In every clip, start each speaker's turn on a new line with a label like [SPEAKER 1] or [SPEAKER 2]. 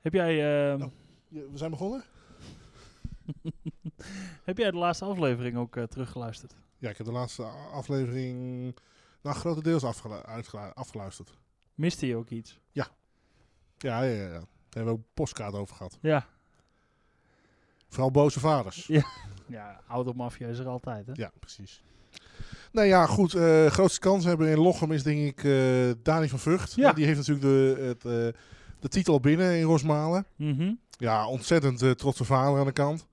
[SPEAKER 1] Heb jij, eh,
[SPEAKER 2] Oh. Je- we zijn begonnen?
[SPEAKER 1] heb jij de laatste aflevering ook eh, teruggeluisterd?
[SPEAKER 2] Ja, ik heb de laatste a- aflevering nou, grotendeels afgelu uitgelu- afgeluisterd.
[SPEAKER 1] Miste je ook iets?
[SPEAKER 2] Ja, ja, ja, ja. Daar hebben we ook postkaart over gehad.
[SPEAKER 1] Ja.
[SPEAKER 2] Vooral boze vaders.
[SPEAKER 1] Ja, automaffia is er altijd, hè?
[SPEAKER 2] Ja, precies. Nou ja, goed. eh, grootste kans hebben in Lochem is denk ik eh Dani van Vught.
[SPEAKER 1] Ja.
[SPEAKER 2] Die heeft natuurlijk de, het, eh, de titel al binnen in Rosmalen.
[SPEAKER 1] Mhm.
[SPEAKER 2] Ja, ontzettend eh, trotse vader aan de kant.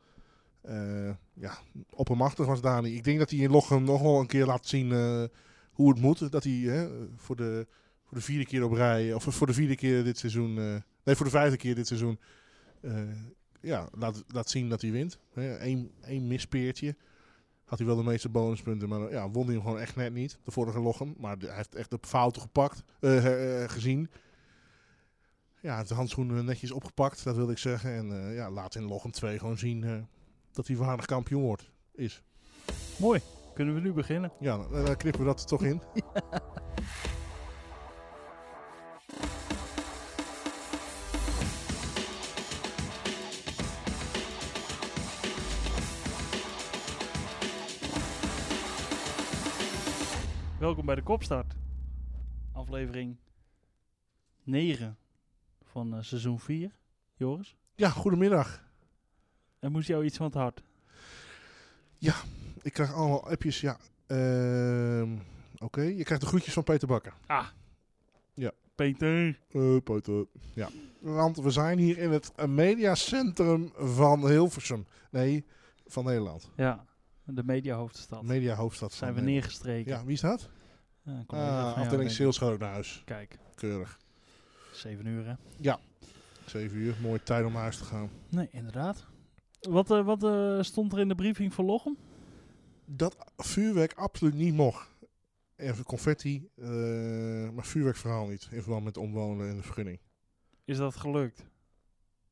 [SPEAKER 2] Eh ja, oppermachtig was Dani. Ik denk dat hij in Lochem nog wel een keer laat zien eh, hoe het moet. Dat hij hè, voor, de, voor de vierde keer op rij, of voor de vierde keer dit seizoen, eh, nee, voor de vijfde keer dit seizoen, eh, ja, laat, laat zien dat hij wint. Hè, Eén één mispeertje. Had hij wel de meeste bonuspunten, maar eh, ja, won hij hem gewoon echt net niet. De vorige Lochem, maar de- hij heeft echt de fouten gepakt, eh, eh, gezien. Ja, de handschoenen netjes opgepakt, dat wilde ik zeggen. En eh, ja, laat in Lochem 2 gewoon zien eh, dat hij waardig kampioen wordt, is.
[SPEAKER 1] Mooi. Kunnen we nu beginnen?
[SPEAKER 2] Ja, dan, eh, dan knippen we dat er toch in.
[SPEAKER 1] Welkom bij de Kopstart. Aflevering 9 van eh, seizoen 4. Joris,
[SPEAKER 2] Ja, goedemiddag.
[SPEAKER 1] er moest jou iets van het hart.
[SPEAKER 2] Ik krijg allemaal appjes. Ja, ehm, oké. Je krijgt de groetjes van Peter Bakker.
[SPEAKER 1] Peter.
[SPEAKER 2] Eh, Peter. Ja, want we zijn hier in het eh, mediacentrum van Hilversum. Nee, van Nederland.
[SPEAKER 1] Ja, de mediahoofdstad.
[SPEAKER 2] Media hoofdstad
[SPEAKER 1] Zijn we neergestreken. Eh,
[SPEAKER 2] Ja, wie is dat?
[SPEAKER 1] Ja, een collega van
[SPEAKER 2] Ah,
[SPEAKER 1] jou,
[SPEAKER 2] afdeling
[SPEAKER 1] denk ik.
[SPEAKER 2] Sales Groothuis.
[SPEAKER 1] Kijk,
[SPEAKER 2] Keurig.
[SPEAKER 1] 7 uur, hè?
[SPEAKER 2] 7 uur, mooie tijd om naar huis te gaan.
[SPEAKER 1] Nee, inderdaad. Wat, eh, wat eh, stond er in de briefing voor Lochem?
[SPEAKER 2] dat vuurwerk absoluut niet mocht. Even confetti, eh, maar vuurwerk vooral niet in verband met de omwonen en de vergunning.
[SPEAKER 1] Is dat gelukt?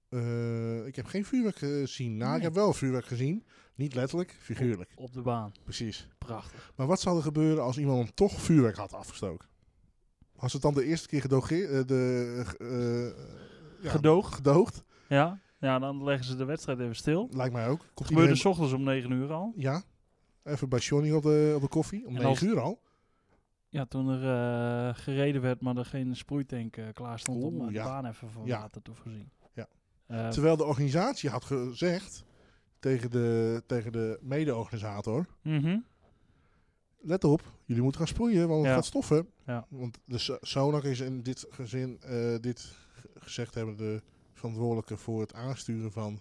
[SPEAKER 2] Eh, ik heb geen vuurwerk gezien. Nou, ik
[SPEAKER 1] Nee.
[SPEAKER 2] heb wel vuurwerk gezien. Niet letterlijk, figuurlijk.
[SPEAKER 1] Op de baan.
[SPEAKER 2] Precies.
[SPEAKER 1] Oh, Prachtig.
[SPEAKER 2] Maar wat zou er gebeuren als iemand hem toch vuurwerk had afgestoken? Als het dan de eerste keer gedogeer, eh, de, eh, ja,
[SPEAKER 1] Gedoog.
[SPEAKER 2] gedoogd?
[SPEAKER 1] Ja. ja, dan leggen ze de wedstrijd even stil.
[SPEAKER 2] Lijkt mij ook.
[SPEAKER 1] Het
[SPEAKER 2] Komt
[SPEAKER 1] gebeurde
[SPEAKER 2] iedereen,
[SPEAKER 1] s ochtends om 9 uur al.
[SPEAKER 2] ja, even bij Johnny op de, op de koffie. Om
[SPEAKER 1] En
[SPEAKER 2] 9
[SPEAKER 1] als-
[SPEAKER 2] uur al.
[SPEAKER 1] Ja, toen er eh, gereden werd, maar er geen sproeitank eh, klaar stond om
[SPEAKER 2] Oeh,
[SPEAKER 1] eh, de
[SPEAKER 2] ja.
[SPEAKER 1] baan even van
[SPEAKER 2] Ja.
[SPEAKER 1] water te voorzien.
[SPEAKER 2] Ja.
[SPEAKER 1] Eh,
[SPEAKER 2] Terwijl de organisatie had gezegd tegen de, tegen de mede-organisator:
[SPEAKER 1] mhm.
[SPEAKER 2] let op, jullie moeten gaan sproeien, want het
[SPEAKER 1] Ja.
[SPEAKER 2] gaat stoffen.
[SPEAKER 1] Ja.
[SPEAKER 2] Want de so- Sonak is in dit gezin, eh, dit g- gezegd hebben, de verantwoordelijke voor het aansturen van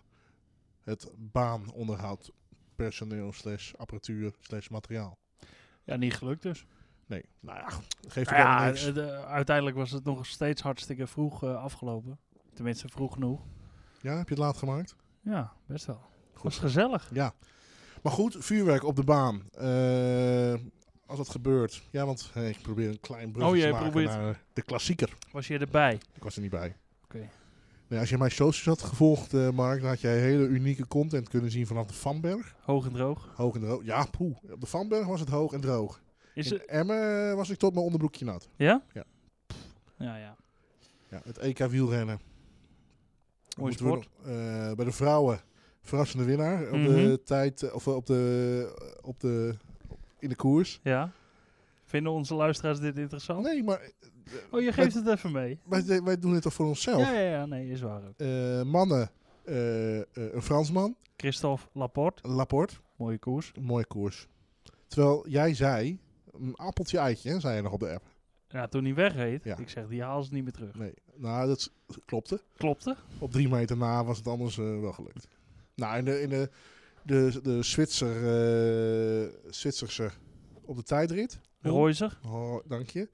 [SPEAKER 2] het baanonderhoud, personeel, slash apparatuur, slash materiaal.
[SPEAKER 1] ja, niet gelukt dus.
[SPEAKER 2] Nee, nou ja, geeft
[SPEAKER 1] Nou
[SPEAKER 2] ook
[SPEAKER 1] ja,
[SPEAKER 2] allemaal niks.
[SPEAKER 1] eh, de- uiteindelijk was het nog steeds hartstikke vroeg eh, afgelopen. Tenminste, vroeg genoeg.
[SPEAKER 2] Ja, heb je het laat gemaakt?
[SPEAKER 1] Ja, best wel.
[SPEAKER 2] Goed.
[SPEAKER 1] Was gezellig.
[SPEAKER 2] Ja. Maar goed, vuurwerk op de baan. Eh, als dat gebeurt. Ja, want eh, ik probeer een klein brugje
[SPEAKER 1] Oh, jij
[SPEAKER 2] te maken
[SPEAKER 1] probeert-
[SPEAKER 2] naar de klassieker.
[SPEAKER 1] Was je erbij?
[SPEAKER 2] Ik was er niet bij.
[SPEAKER 1] Oké.
[SPEAKER 2] Nee, als je mijn socials had gevolgd, eh, Mark, dan had jij hele unieke content kunnen zien vanaf de Vanberg.
[SPEAKER 1] Hoog en droog.
[SPEAKER 2] Hoog en droog. Ja, poeh. Op de Vanberg was het hoog en droog.
[SPEAKER 1] Is
[SPEAKER 2] In
[SPEAKER 1] het?
[SPEAKER 2] Emmen was ik tot mijn onderbroekje nat.
[SPEAKER 1] Ja?
[SPEAKER 2] Ja.
[SPEAKER 1] Pff, Ja, ja.
[SPEAKER 2] Ja, het EK wielrennen.
[SPEAKER 1] Mooi
[SPEAKER 2] Moeten we nog, eh, bij de vrouwen, verrassende winnaar. Op
[SPEAKER 1] Mhm.
[SPEAKER 2] de tijd, eh, of eh, op de, op de, in de koers.
[SPEAKER 1] Ja. Vinden onze luisteraars dit interessant?
[SPEAKER 2] Nee, maar... eh,
[SPEAKER 1] Oh, je
[SPEAKER 2] bij-
[SPEAKER 1] geeft het even mee.
[SPEAKER 2] Wij, de- wij doen dit toch voor onszelf?
[SPEAKER 1] Ja, ja, ja, nee, is waar ook.
[SPEAKER 2] Eh, mannen, eh, eh, een Fransman,
[SPEAKER 1] Christophe Laporte,
[SPEAKER 2] Laporte,
[SPEAKER 1] mooie koers.
[SPEAKER 2] een mooie koers. Terwijl jij zei, een appeltje eitje, hè, zei je nog op de app.
[SPEAKER 1] Ja, toen hij wegreed,
[SPEAKER 2] Ja.
[SPEAKER 1] ik zeg, die haal ze niet meer terug.
[SPEAKER 2] Nee, nou dat s- klopte.
[SPEAKER 1] Klopte?
[SPEAKER 2] Op drie meter na was het anders eh, wel gelukt. Nou, in de, in de, de, de Zwitser, eh, Zwitserse op de tijdrit.
[SPEAKER 1] Royzer,
[SPEAKER 2] Oh, dank je.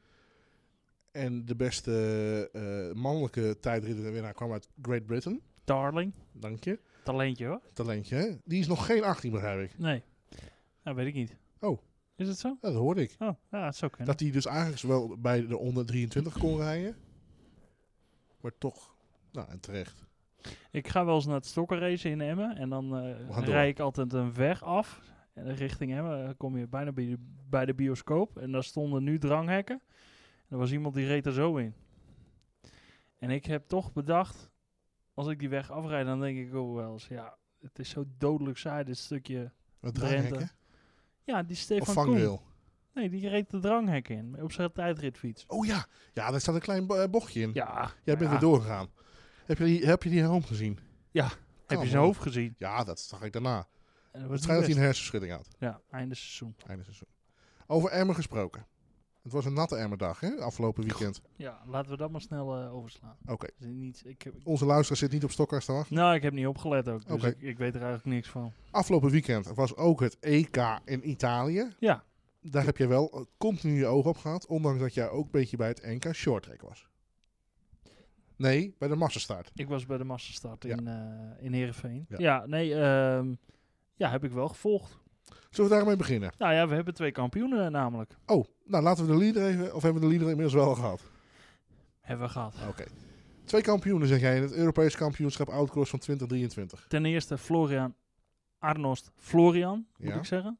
[SPEAKER 2] En de beste eh, mannelijke tijdritwinnaar kwam uit Great Britain.
[SPEAKER 1] Darling,
[SPEAKER 2] Dank je.
[SPEAKER 1] talentje hoor.
[SPEAKER 2] Talentje, hè? Die is nog geen 18, begrijp ik.
[SPEAKER 1] Nee, nou weet ik niet.
[SPEAKER 2] Oh.
[SPEAKER 1] Is het zo?
[SPEAKER 2] Ja, dat hoorde ik.
[SPEAKER 1] Oh, ja, het zou kunnen.
[SPEAKER 2] Dat hij dus eigenlijk wel bij de onder 23 kon rijden. Maar toch, nou en terecht.
[SPEAKER 1] Ik ga wel eens naar het stokkenrace in Emmen en dan eh,
[SPEAKER 2] gaan door.
[SPEAKER 1] rij ik altijd een weg af. En richting Emmen eh, kom je bijna bij de, bij de bioscoop en daar stonden nu dranghekken. En er was iemand die reed er zo in. En ik heb toch bedacht, als ik die weg afrijd, dan denk ik ook wel eens, ja, het is zo dodelijk saai, dit stukje.
[SPEAKER 2] Wat
[SPEAKER 1] Drenthe.
[SPEAKER 2] dranghekken?
[SPEAKER 1] Ja, die
[SPEAKER 2] Of
[SPEAKER 1] Stefan Koen.
[SPEAKER 2] vangrail?
[SPEAKER 1] Nee, die reed de dranghek in, op zijn tijdritfiets.
[SPEAKER 2] Oh ja. Ja, daar staat een klein bo- eh, bochtje in.
[SPEAKER 1] Ja,
[SPEAKER 2] Jij bent
[SPEAKER 1] ja.
[SPEAKER 2] er doorgegaan. Heb je die, heb je die helm gezien?
[SPEAKER 1] Heb je
[SPEAKER 2] Kan,
[SPEAKER 1] zijn
[SPEAKER 2] hoor.
[SPEAKER 1] hoofd gezien?
[SPEAKER 2] Ja, dat zag ik daarna.
[SPEAKER 1] En dat was niet
[SPEAKER 2] Waarschijnlijk dat
[SPEAKER 1] best.
[SPEAKER 2] hij een hersenschudding had.
[SPEAKER 1] Ja, einde seizoen.
[SPEAKER 2] Einde seizoen. Over emmer gesproken. Het was een natte emmerdag, hè? Afgelopen weekend.
[SPEAKER 1] Ja, laten we dat maar snel eh, overslaan.
[SPEAKER 2] Oké.
[SPEAKER 1] Dus niet, ik heb,
[SPEAKER 2] Onze luisteraar zit niet op stokkers te wachten.
[SPEAKER 1] nou, ik heb niet opgelet ook, dus
[SPEAKER 2] Oké.
[SPEAKER 1] ik, ik weet er eigenlijk niks van.
[SPEAKER 2] Afgelopen weekend was ook het EK in Italië.
[SPEAKER 1] Ja.
[SPEAKER 2] Daar heb jij wel eh, continu je oog op gehad. Ondanks dat jij ook een beetje bij het NK shorttrack was. Nee, bij de massastart.
[SPEAKER 1] Ik was bij de massastart
[SPEAKER 2] Ja.
[SPEAKER 1] in, eh in Heerenveen.
[SPEAKER 2] Ja.
[SPEAKER 1] Ja, nee, ehm, ja, heb ik wel gevolgd.
[SPEAKER 2] Zullen we daarmee beginnen?
[SPEAKER 1] Nou ja, we hebben twee kampioenen eh, namelijk.
[SPEAKER 2] Oh, nou laten we de leader even... Of hebben we de leader inmiddels wel gehad?
[SPEAKER 1] Hebben we gehad.
[SPEAKER 2] Oké. Twee kampioenen, zeg jij, in het Europees kampioenschap Outcross van 2023.
[SPEAKER 1] Ten eerste Florian Arnost Florian, moet
[SPEAKER 2] Ja.
[SPEAKER 1] ik zeggen.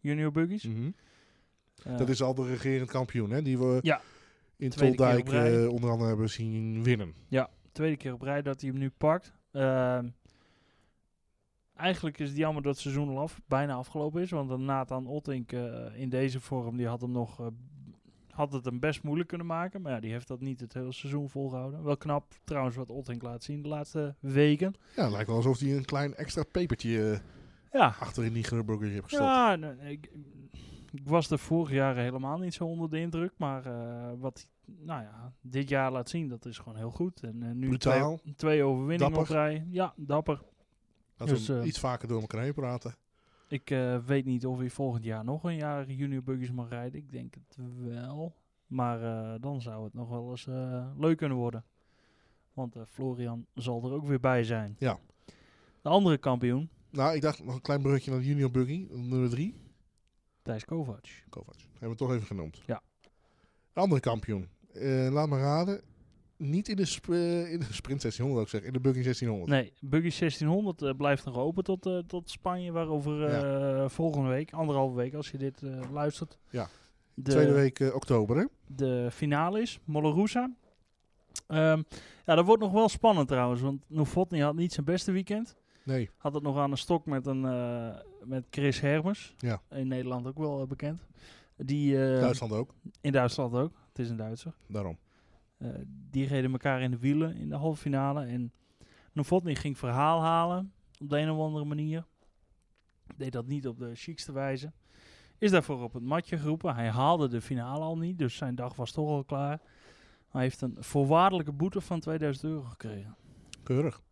[SPEAKER 1] Junior Buggies. Eh,
[SPEAKER 2] Dat is al de regerend kampioen, hè? Die we
[SPEAKER 1] Ja.
[SPEAKER 2] in
[SPEAKER 1] Tweede keer
[SPEAKER 2] Toldijk
[SPEAKER 1] op rij.
[SPEAKER 2] eh, onder andere hebben zien winnen.
[SPEAKER 1] tweede keer op rij dat hij hem nu pakt. Ehm, eigenlijk is het jammer dat het seizoen al af, bijna afgelopen is. Want een Nathan Ottink eh, in deze vorm die had, hem nog, eh, had het hem best moeilijk kunnen maken. Maar ja, die heeft dat niet het hele seizoen volgehouden. Wel knap trouwens wat Ottink laat zien de laatste weken.
[SPEAKER 2] Ja, het lijkt wel alsof hij een klein extra pepertje eh,
[SPEAKER 1] Ja,
[SPEAKER 2] achter in die Grubberger heeft gestopt.
[SPEAKER 1] ja nee, ik, ik was er vorig jaar helemaal niet zo onder de indruk. Maar eh, wat hij nou ja, dit jaar laat zien, dat is gewoon heel goed. En eh, nu twee,
[SPEAKER 2] Brutaal.
[SPEAKER 1] twee overwinningen op
[SPEAKER 2] Dapper.
[SPEAKER 1] rij. Ja, dapper.
[SPEAKER 2] Dat we
[SPEAKER 1] Dus,
[SPEAKER 2] hem
[SPEAKER 1] eh,
[SPEAKER 2] iets vaker door elkaar heen praten.
[SPEAKER 1] Ik eh, weet niet of hij volgend jaar nog een jaar junior buggies mag rijden. Ik denk het wel. Maar eh, dan zou het nog wel eens eh, leuk kunnen worden. Want eh, Florian zal er ook weer bij zijn.
[SPEAKER 2] Ja.
[SPEAKER 1] De andere kampioen,
[SPEAKER 2] Nou, ik dacht nog een klein bruggetje naar de Junior Buggy, nummer 3.
[SPEAKER 1] Thijs Kovacs.
[SPEAKER 2] Kovacs. Hebben we het toch even genoemd.
[SPEAKER 1] Ja.
[SPEAKER 2] De andere kampioen. eh, laat me raden. Niet in de, sp- eh, in de sprint 1600, ook zeg. In de Buggy 1600.
[SPEAKER 1] Nee, Buggy 1600 eh, blijft nog open tot, eh, tot Spanje. Waarover eh, volgende week, anderhalve week als je dit eh, luistert.
[SPEAKER 2] Ja.
[SPEAKER 1] De,
[SPEAKER 2] Tweede week eh, oktober, hè?
[SPEAKER 1] de finale is, Mollerusa. Ehm, ja, dat wordt nog wel spannend trouwens. Want Novotny had niet zijn beste weekend.
[SPEAKER 2] Nee.
[SPEAKER 1] Had het nog aan een stok met, een, eh, met Chris Hermers.
[SPEAKER 2] Ja.
[SPEAKER 1] In Nederland ook wel eh, bekend. Die, eh,
[SPEAKER 2] Duitsland ook.
[SPEAKER 1] In Duitsland ook. Het is een Duitser.
[SPEAKER 2] Daarom.
[SPEAKER 1] Eh, die reden elkaar in de wielen in de halve finale. En Novotny ging verhaal halen. Op de een of andere manier. Deed dat niet op de chicste wijze. Is daarvoor op het matje geroepen. Hij haalde de finale al niet. Dus zijn dag was toch al klaar. Hij heeft een voorwaardelijke boete van 2000 euro gekregen.
[SPEAKER 2] Keurig.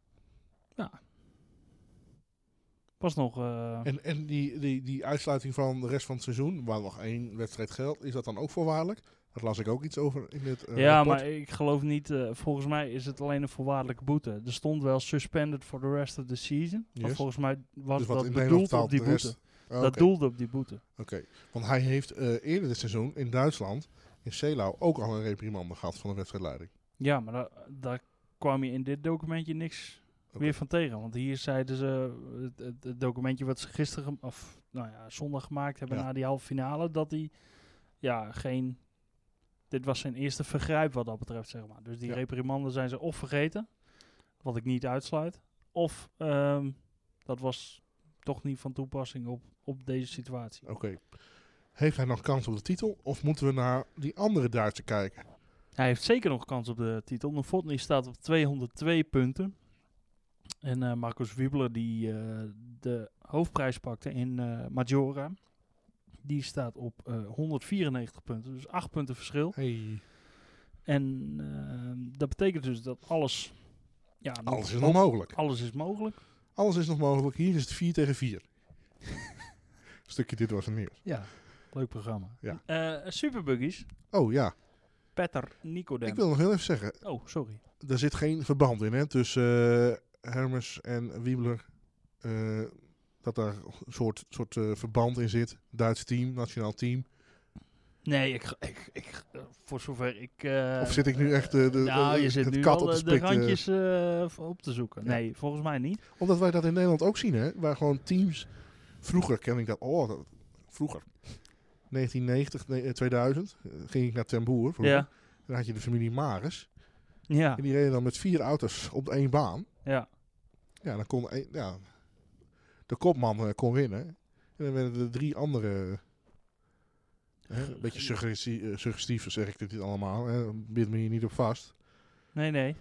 [SPEAKER 1] Was nog... eh,
[SPEAKER 2] En, en die, die, die uitsluiting van de rest van het seizoen, waar nog één wedstrijd geldt, is dat dan ook voorwaardelijk? Daar las ik ook iets over in het eh,
[SPEAKER 1] ja,
[SPEAKER 2] rapport.
[SPEAKER 1] maar ik geloof niet. eh, volgens mij is het alleen een voorwaardelijke boete. Er stond wel suspended for the rest of the season. Maar
[SPEAKER 2] Yes.
[SPEAKER 1] volgens mij was
[SPEAKER 2] Dus wat
[SPEAKER 1] dat
[SPEAKER 2] in Nederland
[SPEAKER 1] bedoeld op
[SPEAKER 2] betaalt,
[SPEAKER 1] die
[SPEAKER 2] de
[SPEAKER 1] boete.
[SPEAKER 2] rest- Ah,
[SPEAKER 1] Dat
[SPEAKER 2] oké.
[SPEAKER 1] doelde op die boete.
[SPEAKER 2] Oké. Want hij heeft eh, eerder dit seizoen in Duitsland, in Celau, ook al een reprimande gehad van de wedstrijdleiding.
[SPEAKER 1] Ja, maar da- daar kwam je in dit documentje niks
[SPEAKER 2] Oké.
[SPEAKER 1] weer van tegen. Want hier zeiden ze, eh, het, het, het documentje wat ze gisteren, gem- of nou ja, zondag gemaakt hebben
[SPEAKER 2] Ja.
[SPEAKER 1] na die halve finale, dat hij, ja, geen... Dit was zijn eerste vergrijp wat dat betreft, zeg maar. Dus die
[SPEAKER 2] Ja.
[SPEAKER 1] reprimanden zijn ze of vergeten, wat ik niet uitsluit, of ehm, dat was toch niet van toepassing op, op deze situatie.
[SPEAKER 2] Oké. Heeft hij nog kans op de titel of moeten we naar die andere Duitse kijken?
[SPEAKER 1] Hij heeft zeker nog kans op de titel. Novotny staat op 202 punten. En eh, Marcus Wiebeler, die eh, de hoofdprijs pakte in eh, Majora, die staat op eh, 194 punten. Dus 8 punten verschil.
[SPEAKER 2] Hey.
[SPEAKER 1] En eh, dat betekent dus dat alles... Ja, nog-
[SPEAKER 2] Alles is nog mogelijk.
[SPEAKER 1] alles is mogelijk.
[SPEAKER 2] Alles is nog mogelijk. Hier is het 4 tegen 4. Stukje dit was het nieuws.
[SPEAKER 1] Ja. Leuk programma.
[SPEAKER 2] Ja.
[SPEAKER 1] Eh, Superbuggies,
[SPEAKER 2] Oh ja,
[SPEAKER 1] Petter Nicodem.
[SPEAKER 2] ik wil nog heel even zeggen.
[SPEAKER 1] Oh, sorry.
[SPEAKER 2] Er zit geen verband in hè, tussen eh, Hermes en Wiebler. Eh, dat daar een soort, soort eh, verband in zit. Duits team, nationaal team.
[SPEAKER 1] Nee, ik, ik, ik, eh, voor zover ik... eh,
[SPEAKER 2] of zit ik nu echt eh, de,
[SPEAKER 1] nou,
[SPEAKER 2] de-
[SPEAKER 1] je zit
[SPEAKER 2] het
[SPEAKER 1] nu
[SPEAKER 2] kat
[SPEAKER 1] wel
[SPEAKER 2] op de
[SPEAKER 1] de, de
[SPEAKER 2] spik, eh,
[SPEAKER 1] randjes eh, v- op te zoeken.
[SPEAKER 2] Ja.
[SPEAKER 1] Nee, volgens mij niet.
[SPEAKER 2] omdat wij dat in Nederland ook zien, hè? Waar gewoon teams. Vroeger ken ik dat. Oh, dat- vroeger. 1990, nee, eh, 2000 eh, ging ik naar Temboer.
[SPEAKER 1] Ja.
[SPEAKER 2] Dan had je de familie Maris.
[SPEAKER 1] Ja.
[SPEAKER 2] En die reden dan met vier auto's op één baan.
[SPEAKER 1] Ja.
[SPEAKER 2] Ja, dan kon een- ja, de kopman eh, kon winnen. En dan werden er drie andere. Hè, een beetje suggestie, eh, suggestief zeg ik dit allemaal. Hè, bid me hier niet op vast.
[SPEAKER 1] Nee, nee.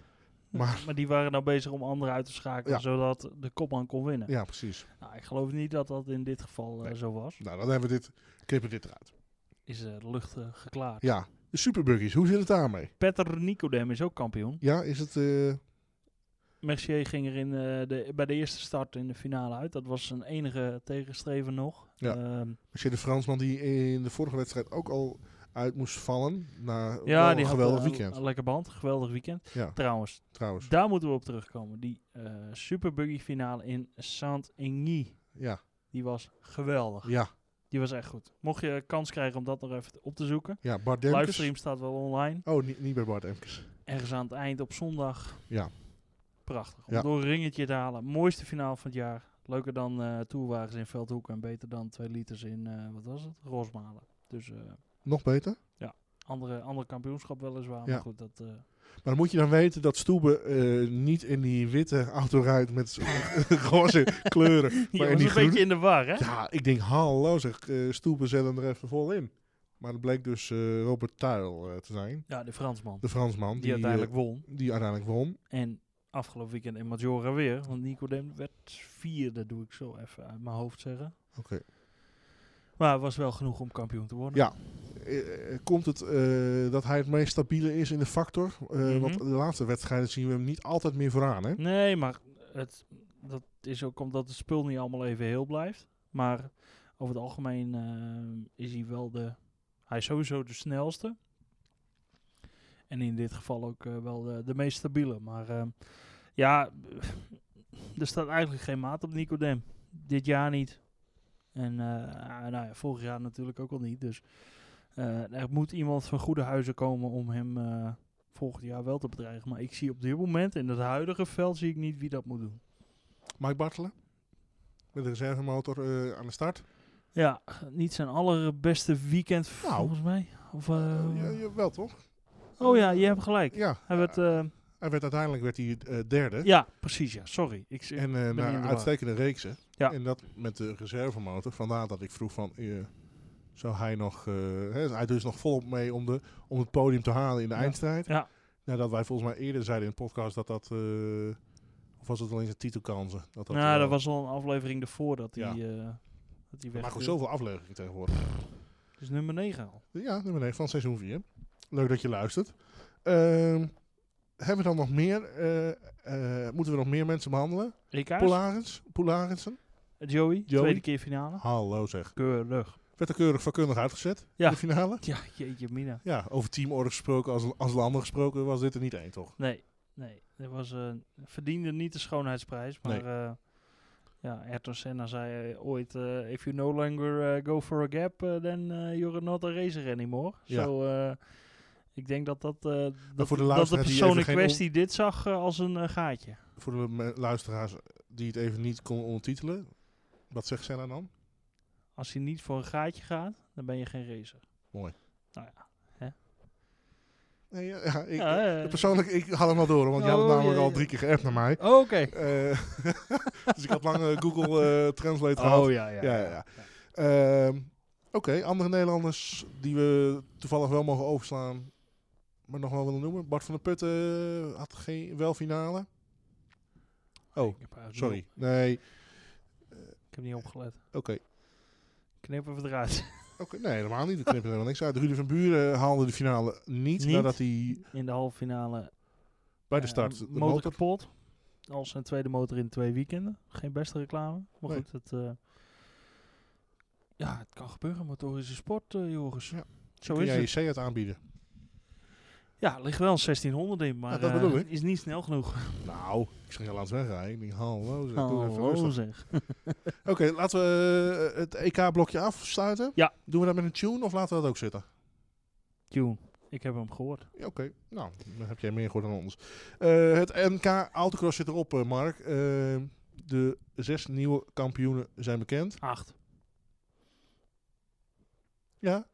[SPEAKER 2] Maar-
[SPEAKER 1] Maar, die waren nou bezig om anderen uit te schakelen,
[SPEAKER 2] Ja.
[SPEAKER 1] zodat de kopman kon winnen.
[SPEAKER 2] Ja, precies.
[SPEAKER 1] Nou, ik geloof niet dat dat in dit geval eh,
[SPEAKER 2] Nee.
[SPEAKER 1] zo was.
[SPEAKER 2] Nou, dan hebben we dit, knippen we dit eruit.
[SPEAKER 1] Is eh, de lucht eh, geklaard.
[SPEAKER 2] Ja, de superbuggies, hoe zit het daarmee?
[SPEAKER 1] Petter Nicodem is ook kampioen.
[SPEAKER 2] Ja, is het... eh,
[SPEAKER 1] Mercier ging er in, eh, de, bij de eerste start in de finale uit. Dat was zijn enige tegenstreven nog.
[SPEAKER 2] Ja.
[SPEAKER 1] Ehm,
[SPEAKER 2] Als je de Fransman die in de vorige wedstrijd ook al uit moest vallen. Na
[SPEAKER 1] ja,
[SPEAKER 2] ja,
[SPEAKER 1] die
[SPEAKER 2] een
[SPEAKER 1] had
[SPEAKER 2] geweldig
[SPEAKER 1] eh, een-
[SPEAKER 2] weekend,
[SPEAKER 1] Een lekker band, geweldig weekend.
[SPEAKER 2] Ja.
[SPEAKER 1] Trouwens,
[SPEAKER 2] trouwens.
[SPEAKER 1] daar moeten we op terugkomen. Die eh Super Buggy finale in Saint-Igny,
[SPEAKER 2] Ja,
[SPEAKER 1] die was geweldig.
[SPEAKER 2] ja,
[SPEAKER 1] Die was echt goed. Mocht je kans krijgen om dat nog even op te zoeken.
[SPEAKER 2] ja. Bart Demkes.
[SPEAKER 1] Livestream staat wel online.
[SPEAKER 2] Oh, niet, niet bij Bart Demkes.
[SPEAKER 1] Ergens aan het eind op zondag.
[SPEAKER 2] Ja.
[SPEAKER 1] Prachtig. Om
[SPEAKER 2] Ja.
[SPEAKER 1] door een ringetje te halen. Mooiste finale van het jaar. Leuker dan eh toerwagens in Veldhoek en beter dan twee liters in, eh, wat was het? Rosmalen. Dus eh,
[SPEAKER 2] Nog beter.
[SPEAKER 1] andere, andere kampioenschap weliswaar.
[SPEAKER 2] Ja.
[SPEAKER 1] Maar goed, dat... eh,
[SPEAKER 2] Maar dan moet je dan weten dat Stoebe eh, niet in die witte auto rijdt met zo'n roze kleuren. Maar
[SPEAKER 1] je
[SPEAKER 2] in
[SPEAKER 1] was
[SPEAKER 2] die
[SPEAKER 1] een
[SPEAKER 2] groene.
[SPEAKER 1] beetje in de war, hè?
[SPEAKER 2] Ja, ik denk, hallo zeg, eh Stoebe zet hem er even vol in. Maar dat bleek dus eh, Robert Tuil eh, te zijn.
[SPEAKER 1] Ja, de Fransman.
[SPEAKER 2] De Fransman.
[SPEAKER 1] die,
[SPEAKER 2] Die,
[SPEAKER 1] uiteindelijk won.
[SPEAKER 2] eh, die uiteindelijk won.
[SPEAKER 1] En afgelopen weekend in Majora weer. Want Nicodem werd vierde, doe ik zo even uit mijn hoofd zeggen.
[SPEAKER 2] Oké.
[SPEAKER 1] Maar het was wel genoeg om kampioen te worden.
[SPEAKER 2] Ja. Eh, eh, komt het eh, dat hij het meest stabiele is in de factor? Eh,
[SPEAKER 1] Mhm.
[SPEAKER 2] Want de laatste wedstrijden zien we hem niet altijd meer vooraan. Hè?
[SPEAKER 1] Nee, maar het, dat is ook omdat het spul niet allemaal even heel blijft. Maar over het algemeen eh, is hij wel de... Hij is sowieso de snelste. En in dit geval ook eh, wel de, de meest stabiele. Maar eh, ja, er staat eigenlijk geen maat op Nicodem. Dit jaar niet. En eh, ah, nou ja, vorig jaar natuurlijk ook al niet. Dus eh, er moet iemand van goede huizen komen om hem... eh, volgend jaar wel te bedreigen. Maar ik zie op dit moment, in het huidige veld, zie ik niet wie dat moet doen.
[SPEAKER 2] Mike Bartelen. Met de reservemotor eh, aan de start.
[SPEAKER 1] Ja, niet zijn allerbeste weekend
[SPEAKER 2] Nou.
[SPEAKER 1] volgens mij. Of, eh,
[SPEAKER 2] ja, ja, wel toch?
[SPEAKER 1] oh ja, je hebt gelijk.
[SPEAKER 2] Ja.
[SPEAKER 1] Hij werd, eh,
[SPEAKER 2] Hij werd uiteindelijk werd hij, eh, derde.
[SPEAKER 1] ja, precies ja, sorry. Ik, zie-
[SPEAKER 2] En eh, na
[SPEAKER 1] in de war.
[SPEAKER 2] uitstekende reeksen.
[SPEAKER 1] Ja.
[SPEAKER 2] En dat met de reservemotor. Vandaar dat ik vroeg van... eh, zou hij nog... eh, hè, hij doet dus nog volop mee om, de, om het podium te halen in de
[SPEAKER 1] Ja.
[SPEAKER 2] eindstrijd.
[SPEAKER 1] Ja.
[SPEAKER 2] Nadat wij volgens mij eerder zeiden in de podcast dat dat... eh, of was het alleen zijn titelkansen? Dat dat,
[SPEAKER 1] nou,
[SPEAKER 2] eh,
[SPEAKER 1] dat was al een aflevering ervoor dat hij,
[SPEAKER 2] Ja.
[SPEAKER 1] eh, dat hij
[SPEAKER 2] Er
[SPEAKER 1] weg
[SPEAKER 2] maken we
[SPEAKER 1] wil.
[SPEAKER 2] zoveel afleveringen tegenwoordig.
[SPEAKER 1] Dus nummer 9 al.
[SPEAKER 2] Ja, nummer 9 van seizoen 4. Leuk dat je luistert. Ehm, hebben we dan nog meer... eh, eh, moeten we nog meer mensen behandelen?
[SPEAKER 1] Rikaars,
[SPEAKER 2] Polaris? Polarissen?
[SPEAKER 1] Joey, tweede keer finale.
[SPEAKER 2] Hallo zeg.
[SPEAKER 1] Keurig.
[SPEAKER 2] Werd er keurig vakkundig uitgezet
[SPEAKER 1] Ja.
[SPEAKER 2] in de finale?
[SPEAKER 1] Ja, jeetje mina.
[SPEAKER 2] Ja, over teamorde gesproken, als, als landen gesproken, was dit er niet één, toch?
[SPEAKER 1] Nee, nee. Dat was, eh, verdiende niet de schoonheidsprijs. Maar
[SPEAKER 2] Nee.
[SPEAKER 1] eh, ja, Ayrton Senna zei eh, ooit... eh, If you no longer eh, go for a gap, eh, then eh, you're not a racer anymore.
[SPEAKER 2] Ja.
[SPEAKER 1] Zo, eh, ik denk dat, dat, eh, dat,
[SPEAKER 2] voor de
[SPEAKER 1] dat de
[SPEAKER 2] luisteraar die even
[SPEAKER 1] persoon in
[SPEAKER 2] geen on-
[SPEAKER 1] kwestie dit zag eh, als een eh, gaatje.
[SPEAKER 2] Voor de me- luisteraars die het even niet kon ondertitelen, wat zegt Senna dan?
[SPEAKER 1] Als hij niet voor een gaatje gaat, dan ben je geen racer.
[SPEAKER 2] Nee, ja, ja, ik,
[SPEAKER 1] Ja, eh,
[SPEAKER 2] eh, persoonlijk, ik had hem al door, want je had het
[SPEAKER 1] Oh,
[SPEAKER 2] namelijk
[SPEAKER 1] ja,
[SPEAKER 2] al
[SPEAKER 1] ja.
[SPEAKER 2] drie keer geappt naar mij.
[SPEAKER 1] Oh, Oké.
[SPEAKER 2] Eh, dus ik had lang eh, Google eh, Translate gehad.
[SPEAKER 1] Oh, ja, ja.
[SPEAKER 2] Ja, ja, ja. Ehm, Oké, andere Nederlanders die we toevallig wel mogen overslaan, maar nog wel willen noemen. Bart van der Putten eh, had geen, wel finale. Oh,
[SPEAKER 1] Ik heb eigenlijk
[SPEAKER 2] Sorry,
[SPEAKER 1] niet op-
[SPEAKER 2] nee,
[SPEAKER 1] Ik heb niet opgelet.
[SPEAKER 2] oké.
[SPEAKER 1] Knip even eruit.
[SPEAKER 2] Oké, nee, helemaal niet. We knippen er helemaal niks uit. Rudy van Buren eh, haalde de finale niet,
[SPEAKER 1] Niet?
[SPEAKER 2] nadat hij
[SPEAKER 1] In de halve finale
[SPEAKER 2] bij de
[SPEAKER 1] Eh,
[SPEAKER 2] start de
[SPEAKER 1] motor,
[SPEAKER 2] motor...
[SPEAKER 1] kapot. Al zijn tweede motor in twee weekenden. Geen beste reclame. Maar
[SPEAKER 2] Nee.
[SPEAKER 1] goed, het, eh, ja, het kan gebeuren. Motorische sport, eh Joris.
[SPEAKER 2] Ja.
[SPEAKER 1] Zo
[SPEAKER 2] Kun
[SPEAKER 1] is
[SPEAKER 2] jij
[SPEAKER 1] het.
[SPEAKER 2] je Seat aanbieden?
[SPEAKER 1] Ja, er ligt wel een 1600 in, maar
[SPEAKER 2] Ja, dat
[SPEAKER 1] eh,
[SPEAKER 2] bedoel ik.
[SPEAKER 1] is niet snel genoeg.
[SPEAKER 2] Nou, ik zeg je laat wegrijden. Ik denk, hallo, zeg, doe even
[SPEAKER 1] Oh,
[SPEAKER 2] rustig.
[SPEAKER 1] zeg.
[SPEAKER 2] Oké, laten we eh, het EK-blokje afsluiten.
[SPEAKER 1] Ja.
[SPEAKER 2] Doen we dat met een tune of laten we dat ook zitten?
[SPEAKER 1] Tune, ik heb hem gehoord.
[SPEAKER 2] Ja, Oké, nou, dan heb jij meer gehoord dan ons. Eh, het NK Autocross zit erop, eh, Mark. Eh, de zes nieuwe kampioenen zijn bekend.
[SPEAKER 1] Acht.
[SPEAKER 2] Ja.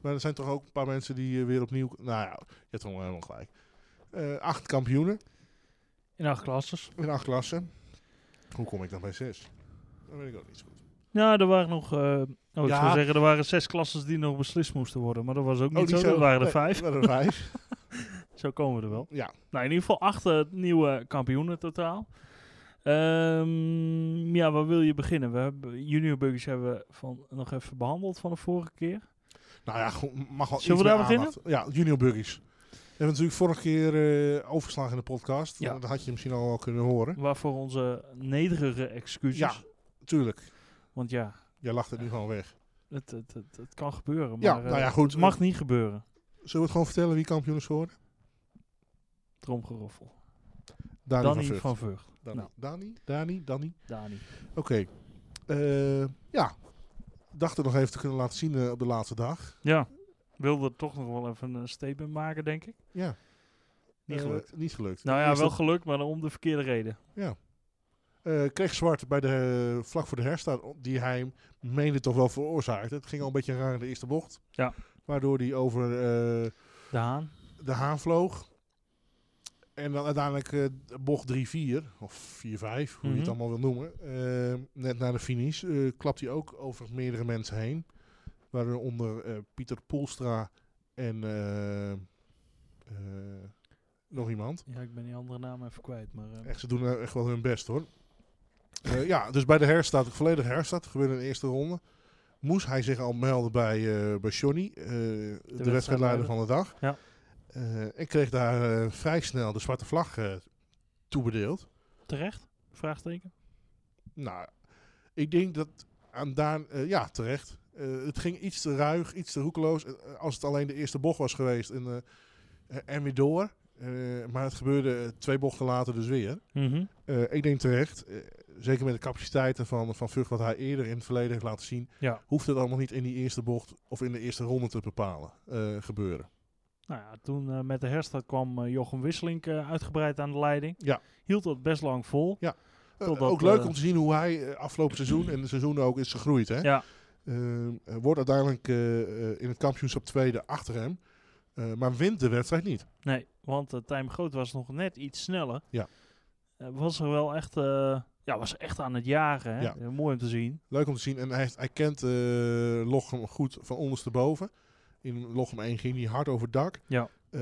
[SPEAKER 2] Maar er zijn toch ook een paar mensen die eh, weer opnieuw... Nou ja, je hebt wel helemaal gelijk. Eh, acht kampioenen.
[SPEAKER 1] In acht klasses.
[SPEAKER 2] In acht klassen. Hoe kom ik dan bij zes? Dat weet ik ook niet zo goed.
[SPEAKER 1] Nou, er waren nog... eh, oh, ik
[SPEAKER 2] Ja.
[SPEAKER 1] zou zeggen, er waren zes klasses die nog beslist moesten worden. Maar dat was ook niet
[SPEAKER 2] Oh,
[SPEAKER 1] zo. Er waren er
[SPEAKER 2] Nee,
[SPEAKER 1] vijf.
[SPEAKER 2] er waren er vijf.
[SPEAKER 1] Zo komen we er wel.
[SPEAKER 2] ja.
[SPEAKER 1] Nou, in ieder geval acht eh, nieuwe kampioenen totaal. Ehm, ja, waar wil je beginnen? We hebben junior buggies hebben we van, nog even behandeld van de vorige keer.
[SPEAKER 2] Nou ja, goed, mag wel
[SPEAKER 1] Zullen
[SPEAKER 2] iets
[SPEAKER 1] we
[SPEAKER 2] meer
[SPEAKER 1] daar
[SPEAKER 2] aandacht. Ja, junior buggies. We hebben natuurlijk vorige keer eh, overgeslagen in de podcast.
[SPEAKER 1] Ja.
[SPEAKER 2] Dat had je misschien al wel kunnen horen.
[SPEAKER 1] Waarvoor onze nederige excuses.
[SPEAKER 2] Ja. Tuurlijk.
[SPEAKER 1] Want ja,
[SPEAKER 2] Jij lacht het nu gewoon weg.
[SPEAKER 1] het, het, het, het kan gebeuren. Maar
[SPEAKER 2] Ja,
[SPEAKER 1] eh,
[SPEAKER 2] nou ja, goed.
[SPEAKER 1] het mag niet gebeuren.
[SPEAKER 2] Zullen we het gewoon vertellen wie kampioen is geworden?
[SPEAKER 1] Tromgeroffel.
[SPEAKER 2] Dani,
[SPEAKER 1] Danny
[SPEAKER 2] van Vught.
[SPEAKER 1] van Vught.
[SPEAKER 2] Dani,
[SPEAKER 1] Nou.
[SPEAKER 2] Dani, Dani, Dani.
[SPEAKER 1] Dani.
[SPEAKER 2] Oké. Eh, ja. Dacht het nog even te kunnen laten zien eh, op de laatste dag.
[SPEAKER 1] Ja, wilde toch nog wel even een statement maken, denk ik.
[SPEAKER 2] Ja.
[SPEAKER 1] Niet
[SPEAKER 2] Eh,
[SPEAKER 1] gelukt.
[SPEAKER 2] niet gelukt.
[SPEAKER 1] Nou ja,
[SPEAKER 2] Eerst
[SPEAKER 1] wel gelukt, maar om de verkeerde reden.
[SPEAKER 2] Eh, kreeg zwart bij de eh, vlak voor de herstart, die hij meende toch wel veroorzaakte. Het ging al een beetje raar in de eerste bocht.
[SPEAKER 1] Ja.
[SPEAKER 2] Waardoor hij over eh,
[SPEAKER 1] De Haan.
[SPEAKER 2] de haan vloog. En dan uiteindelijk eh, bocht 3-4, of 4-5, hoe je
[SPEAKER 1] Mhm.
[SPEAKER 2] het allemaal wil noemen. eh, net na de finish eh, klapt hij ook over meerdere mensen heen. Waaronder eh, Pieter Poelstra en eh, eh, nog iemand.
[SPEAKER 1] Ja, ik ben die andere naam even kwijt. Maar, eh,
[SPEAKER 2] Echt, ze doen eh, echt wel hun best hoor. Eh, ja, dus bij de herstart, volledig herstart, gebeurde in de eerste ronde. Moest hij zich al melden bij, eh, bij Johnny, eh, de, wedstrijdleider van de dag.
[SPEAKER 1] Ja.
[SPEAKER 2] Eh, en kreeg daar eh, vrij snel de zwarte vlag eh, toebedeeld.
[SPEAKER 1] terecht? Vraagteken.
[SPEAKER 2] Nou, ik denk dat aan Daan, eh, ja terecht, Eh, het ging iets te ruig, iets te roekeloos. Eh, als het alleen de eerste bocht was geweest en, eh, eh, en weer door. Eh, maar het gebeurde eh, twee bochten later dus weer. Eh, ik denk terecht, eh, zeker met de capaciteiten van, van Vught, wat hij eerder in het verleden heeft laten zien,
[SPEAKER 1] Ja.
[SPEAKER 2] hoeft het allemaal niet in die eerste bocht of in de eerste ronde te bepalen, eh, gebeuren.
[SPEAKER 1] Nou ja, toen eh, met de herstart kwam eh, Jochem Wisselink eh, uitgebreid aan de leiding.
[SPEAKER 2] Ja.
[SPEAKER 1] Hield dat best lang vol.
[SPEAKER 2] Eh,
[SPEAKER 1] Totdat,
[SPEAKER 2] ook leuk
[SPEAKER 1] eh,
[SPEAKER 2] om te zien hoe hij eh, afgelopen seizoen en de seizoen ook is gegroeid. Hè?
[SPEAKER 1] Ja.
[SPEAKER 2] Eh, eh, wordt uiteindelijk eh, eh, in het kampioenschap tweede achter hem, eh, maar wint de wedstrijd niet.
[SPEAKER 1] Nee, want de Time Groot was nog net iets sneller.
[SPEAKER 2] Ja.
[SPEAKER 1] Eh, was er wel echt, eh, ja, was echt aan het jagen. Hè?
[SPEAKER 2] Ja.
[SPEAKER 1] Eh, mooi om te zien.
[SPEAKER 2] Leuk om te zien en hij, hij kent eh Lochem goed van ondersteboven. In Lochem 1 ging hij hard over het dak.
[SPEAKER 1] Ja.
[SPEAKER 2] Eh,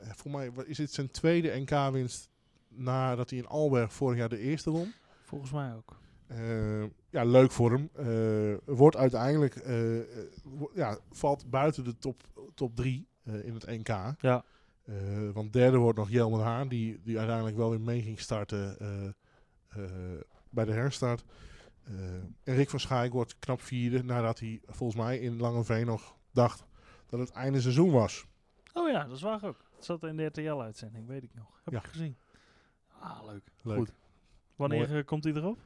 [SPEAKER 2] voor mij wa- is dit zijn tweede NK-winst nadat hij in Alberg vorig jaar de eerste won.
[SPEAKER 1] Volgens mij ook.
[SPEAKER 2] Eh, ja, leuk voor hem. Eh, wordt uiteindelijk, eh, eh, wo- ja, valt buiten de top, top drie eh, in het NK.
[SPEAKER 1] Ja.
[SPEAKER 2] Eh, want derde wordt nog Jelmer Haan, die, die uiteindelijk wel weer mee ging starten eh, eh, bij de herstart. Eh, en Rick van Schaik wordt knap vierde, nadat hij volgens mij in Langeveen nog dacht dat het einde seizoen was.
[SPEAKER 1] Oh ja, dat is waar ook. Het zat in de RTL-uitzending, weet ik nog. Heb
[SPEAKER 2] Ja.
[SPEAKER 1] ik gezien. Ah, leuk.
[SPEAKER 2] Leuk.
[SPEAKER 1] Goed. Wanneer eh, komt die erop?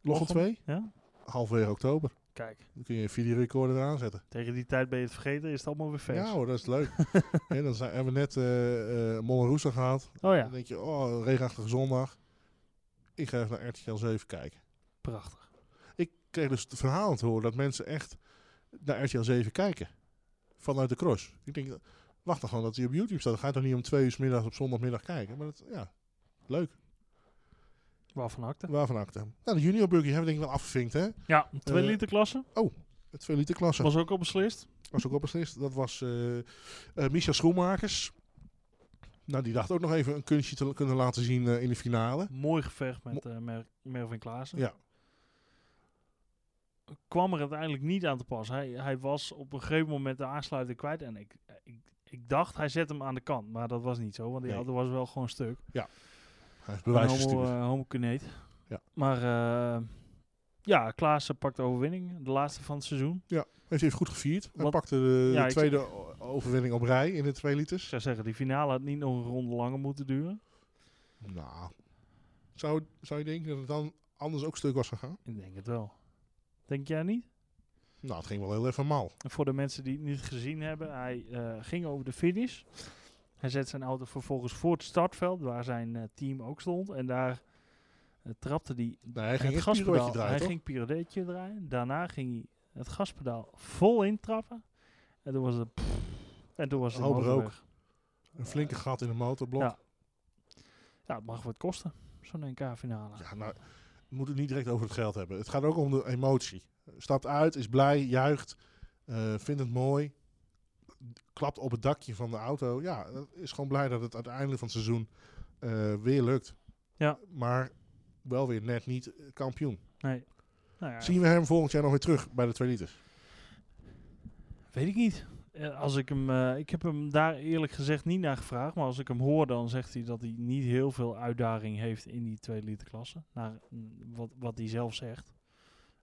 [SPEAKER 2] Logel
[SPEAKER 1] Lochem?
[SPEAKER 2] 2,
[SPEAKER 1] Ja?
[SPEAKER 2] halverwege oktober.
[SPEAKER 1] Kijk,
[SPEAKER 2] Dan kun je een videorecorder eraan zetten.
[SPEAKER 1] tegen die tijd ben je het vergeten, is het allemaal weer vers.
[SPEAKER 2] Ja hoor, dat is leuk. en dan zijn, hebben we net eh eh Molleroesa gehad.
[SPEAKER 1] Oh ja,
[SPEAKER 2] Dan denk je, oh, regenachtige zondag. Ik ga even naar RTL 7 kijken.
[SPEAKER 1] prachtig.
[SPEAKER 2] Ik kreeg dus het verhaal te horen dat mensen echt naar RTL 7 kijken. Vanuit de cross. Ik denk, wacht dan gewoon dat hij op YouTube staat. Dan ga je toch niet om twee uur 's middags op zondagmiddag kijken. Maar dat, ja, leuk.
[SPEAKER 1] Waarvan hakte?
[SPEAKER 2] Waarvan acte. Nou, de junior burger hebben we denk ik wel afgevinkt, hè?
[SPEAKER 1] Ja, tweede
[SPEAKER 2] Eh,
[SPEAKER 1] liter klasse.
[SPEAKER 2] Het 2 liter klasse.
[SPEAKER 1] Was ook al beslist.
[SPEAKER 2] was ook op beslist. Dat was eh eh, Micha Schoenmakers. Nou, die dacht ook nog even een kunstje te kunnen laten zien eh, in de finale.
[SPEAKER 1] Mooi gevecht met eh, Mer- Mervin Klaassen.
[SPEAKER 2] Ja.
[SPEAKER 1] Kwam er uiteindelijk niet aan te pas. Hij, hij was op een gegeven moment de aansluiting kwijt. En ik, ik, ik dacht, hij zet hem aan de kant. Maar dat was niet zo, want die
[SPEAKER 2] Nee.
[SPEAKER 1] auto was wel gewoon stuk.
[SPEAKER 2] Hij heeft bewijs
[SPEAKER 1] Een homo,
[SPEAKER 2] gestuurd.
[SPEAKER 1] eh, homokineet.
[SPEAKER 2] Ja.
[SPEAKER 1] Maar eh, ja, Klaassen pakt de overwinning. De laatste van het seizoen.
[SPEAKER 2] Hij heeft goed gevierd. Hij
[SPEAKER 1] eh, Wat-
[SPEAKER 2] pakte de,
[SPEAKER 1] Ja,
[SPEAKER 2] de
[SPEAKER 1] ik-
[SPEAKER 2] tweede o- overwinning op rij in de 2
[SPEAKER 1] Ik
[SPEAKER 2] liters.
[SPEAKER 1] zou zeggen, die finale had niet nog een ronde langer moeten duren.
[SPEAKER 2] Nou, zou, zou je denken dat het dan anders ook stuk was gegaan?
[SPEAKER 1] Ik denk het wel. Denk jij niet?
[SPEAKER 2] Nou, het ging wel heel even mal.
[SPEAKER 1] En voor de mensen die het niet gezien hebben, hij eh, ging over de finish. Hij zet zijn auto vervolgens voor het startveld, waar zijn eh, team ook stond. En daar eh, trapte hij
[SPEAKER 2] Nee, hij
[SPEAKER 1] het
[SPEAKER 2] ging echt een
[SPEAKER 1] gaspedaal.
[SPEAKER 2] pirouetje draaien,
[SPEAKER 1] hij
[SPEAKER 2] toch?
[SPEAKER 1] ging pirouetje draaien. Daarna ging hij het gaspedaal vol intrappen. En toen was het... en toen was het
[SPEAKER 2] Een hoop
[SPEAKER 1] motor
[SPEAKER 2] rook.
[SPEAKER 1] weg.
[SPEAKER 2] Een flinke gat in de motorblok.
[SPEAKER 1] Ja. Ja, het mag wat kosten, zo'n NK-finale.
[SPEAKER 2] Ja, nou, we moeten het niet direct over het geld hebben. Het gaat ook om de emotie. Stapt uit, is blij, juicht, eh, vindt het mooi. Klapt op het dakje van de auto. Ja, is gewoon blij dat het uiteindelijk van het seizoen eh, weer lukt.
[SPEAKER 1] Ja.
[SPEAKER 2] Maar wel weer net niet kampioen.
[SPEAKER 1] Nee. Nou ja,
[SPEAKER 2] Zien we hem volgend jaar nog weer terug bij de 2 liters?
[SPEAKER 1] Weet ik niet. Eh, Als ik, hem, eh, ik heb hem daar eerlijk gezegd niet naar gevraagd. Maar als ik hem hoor, dan zegt hij dat hij niet heel veel uitdaging heeft in die 2 liter klasse. Naar mm, wat, wat hij zelf zegt.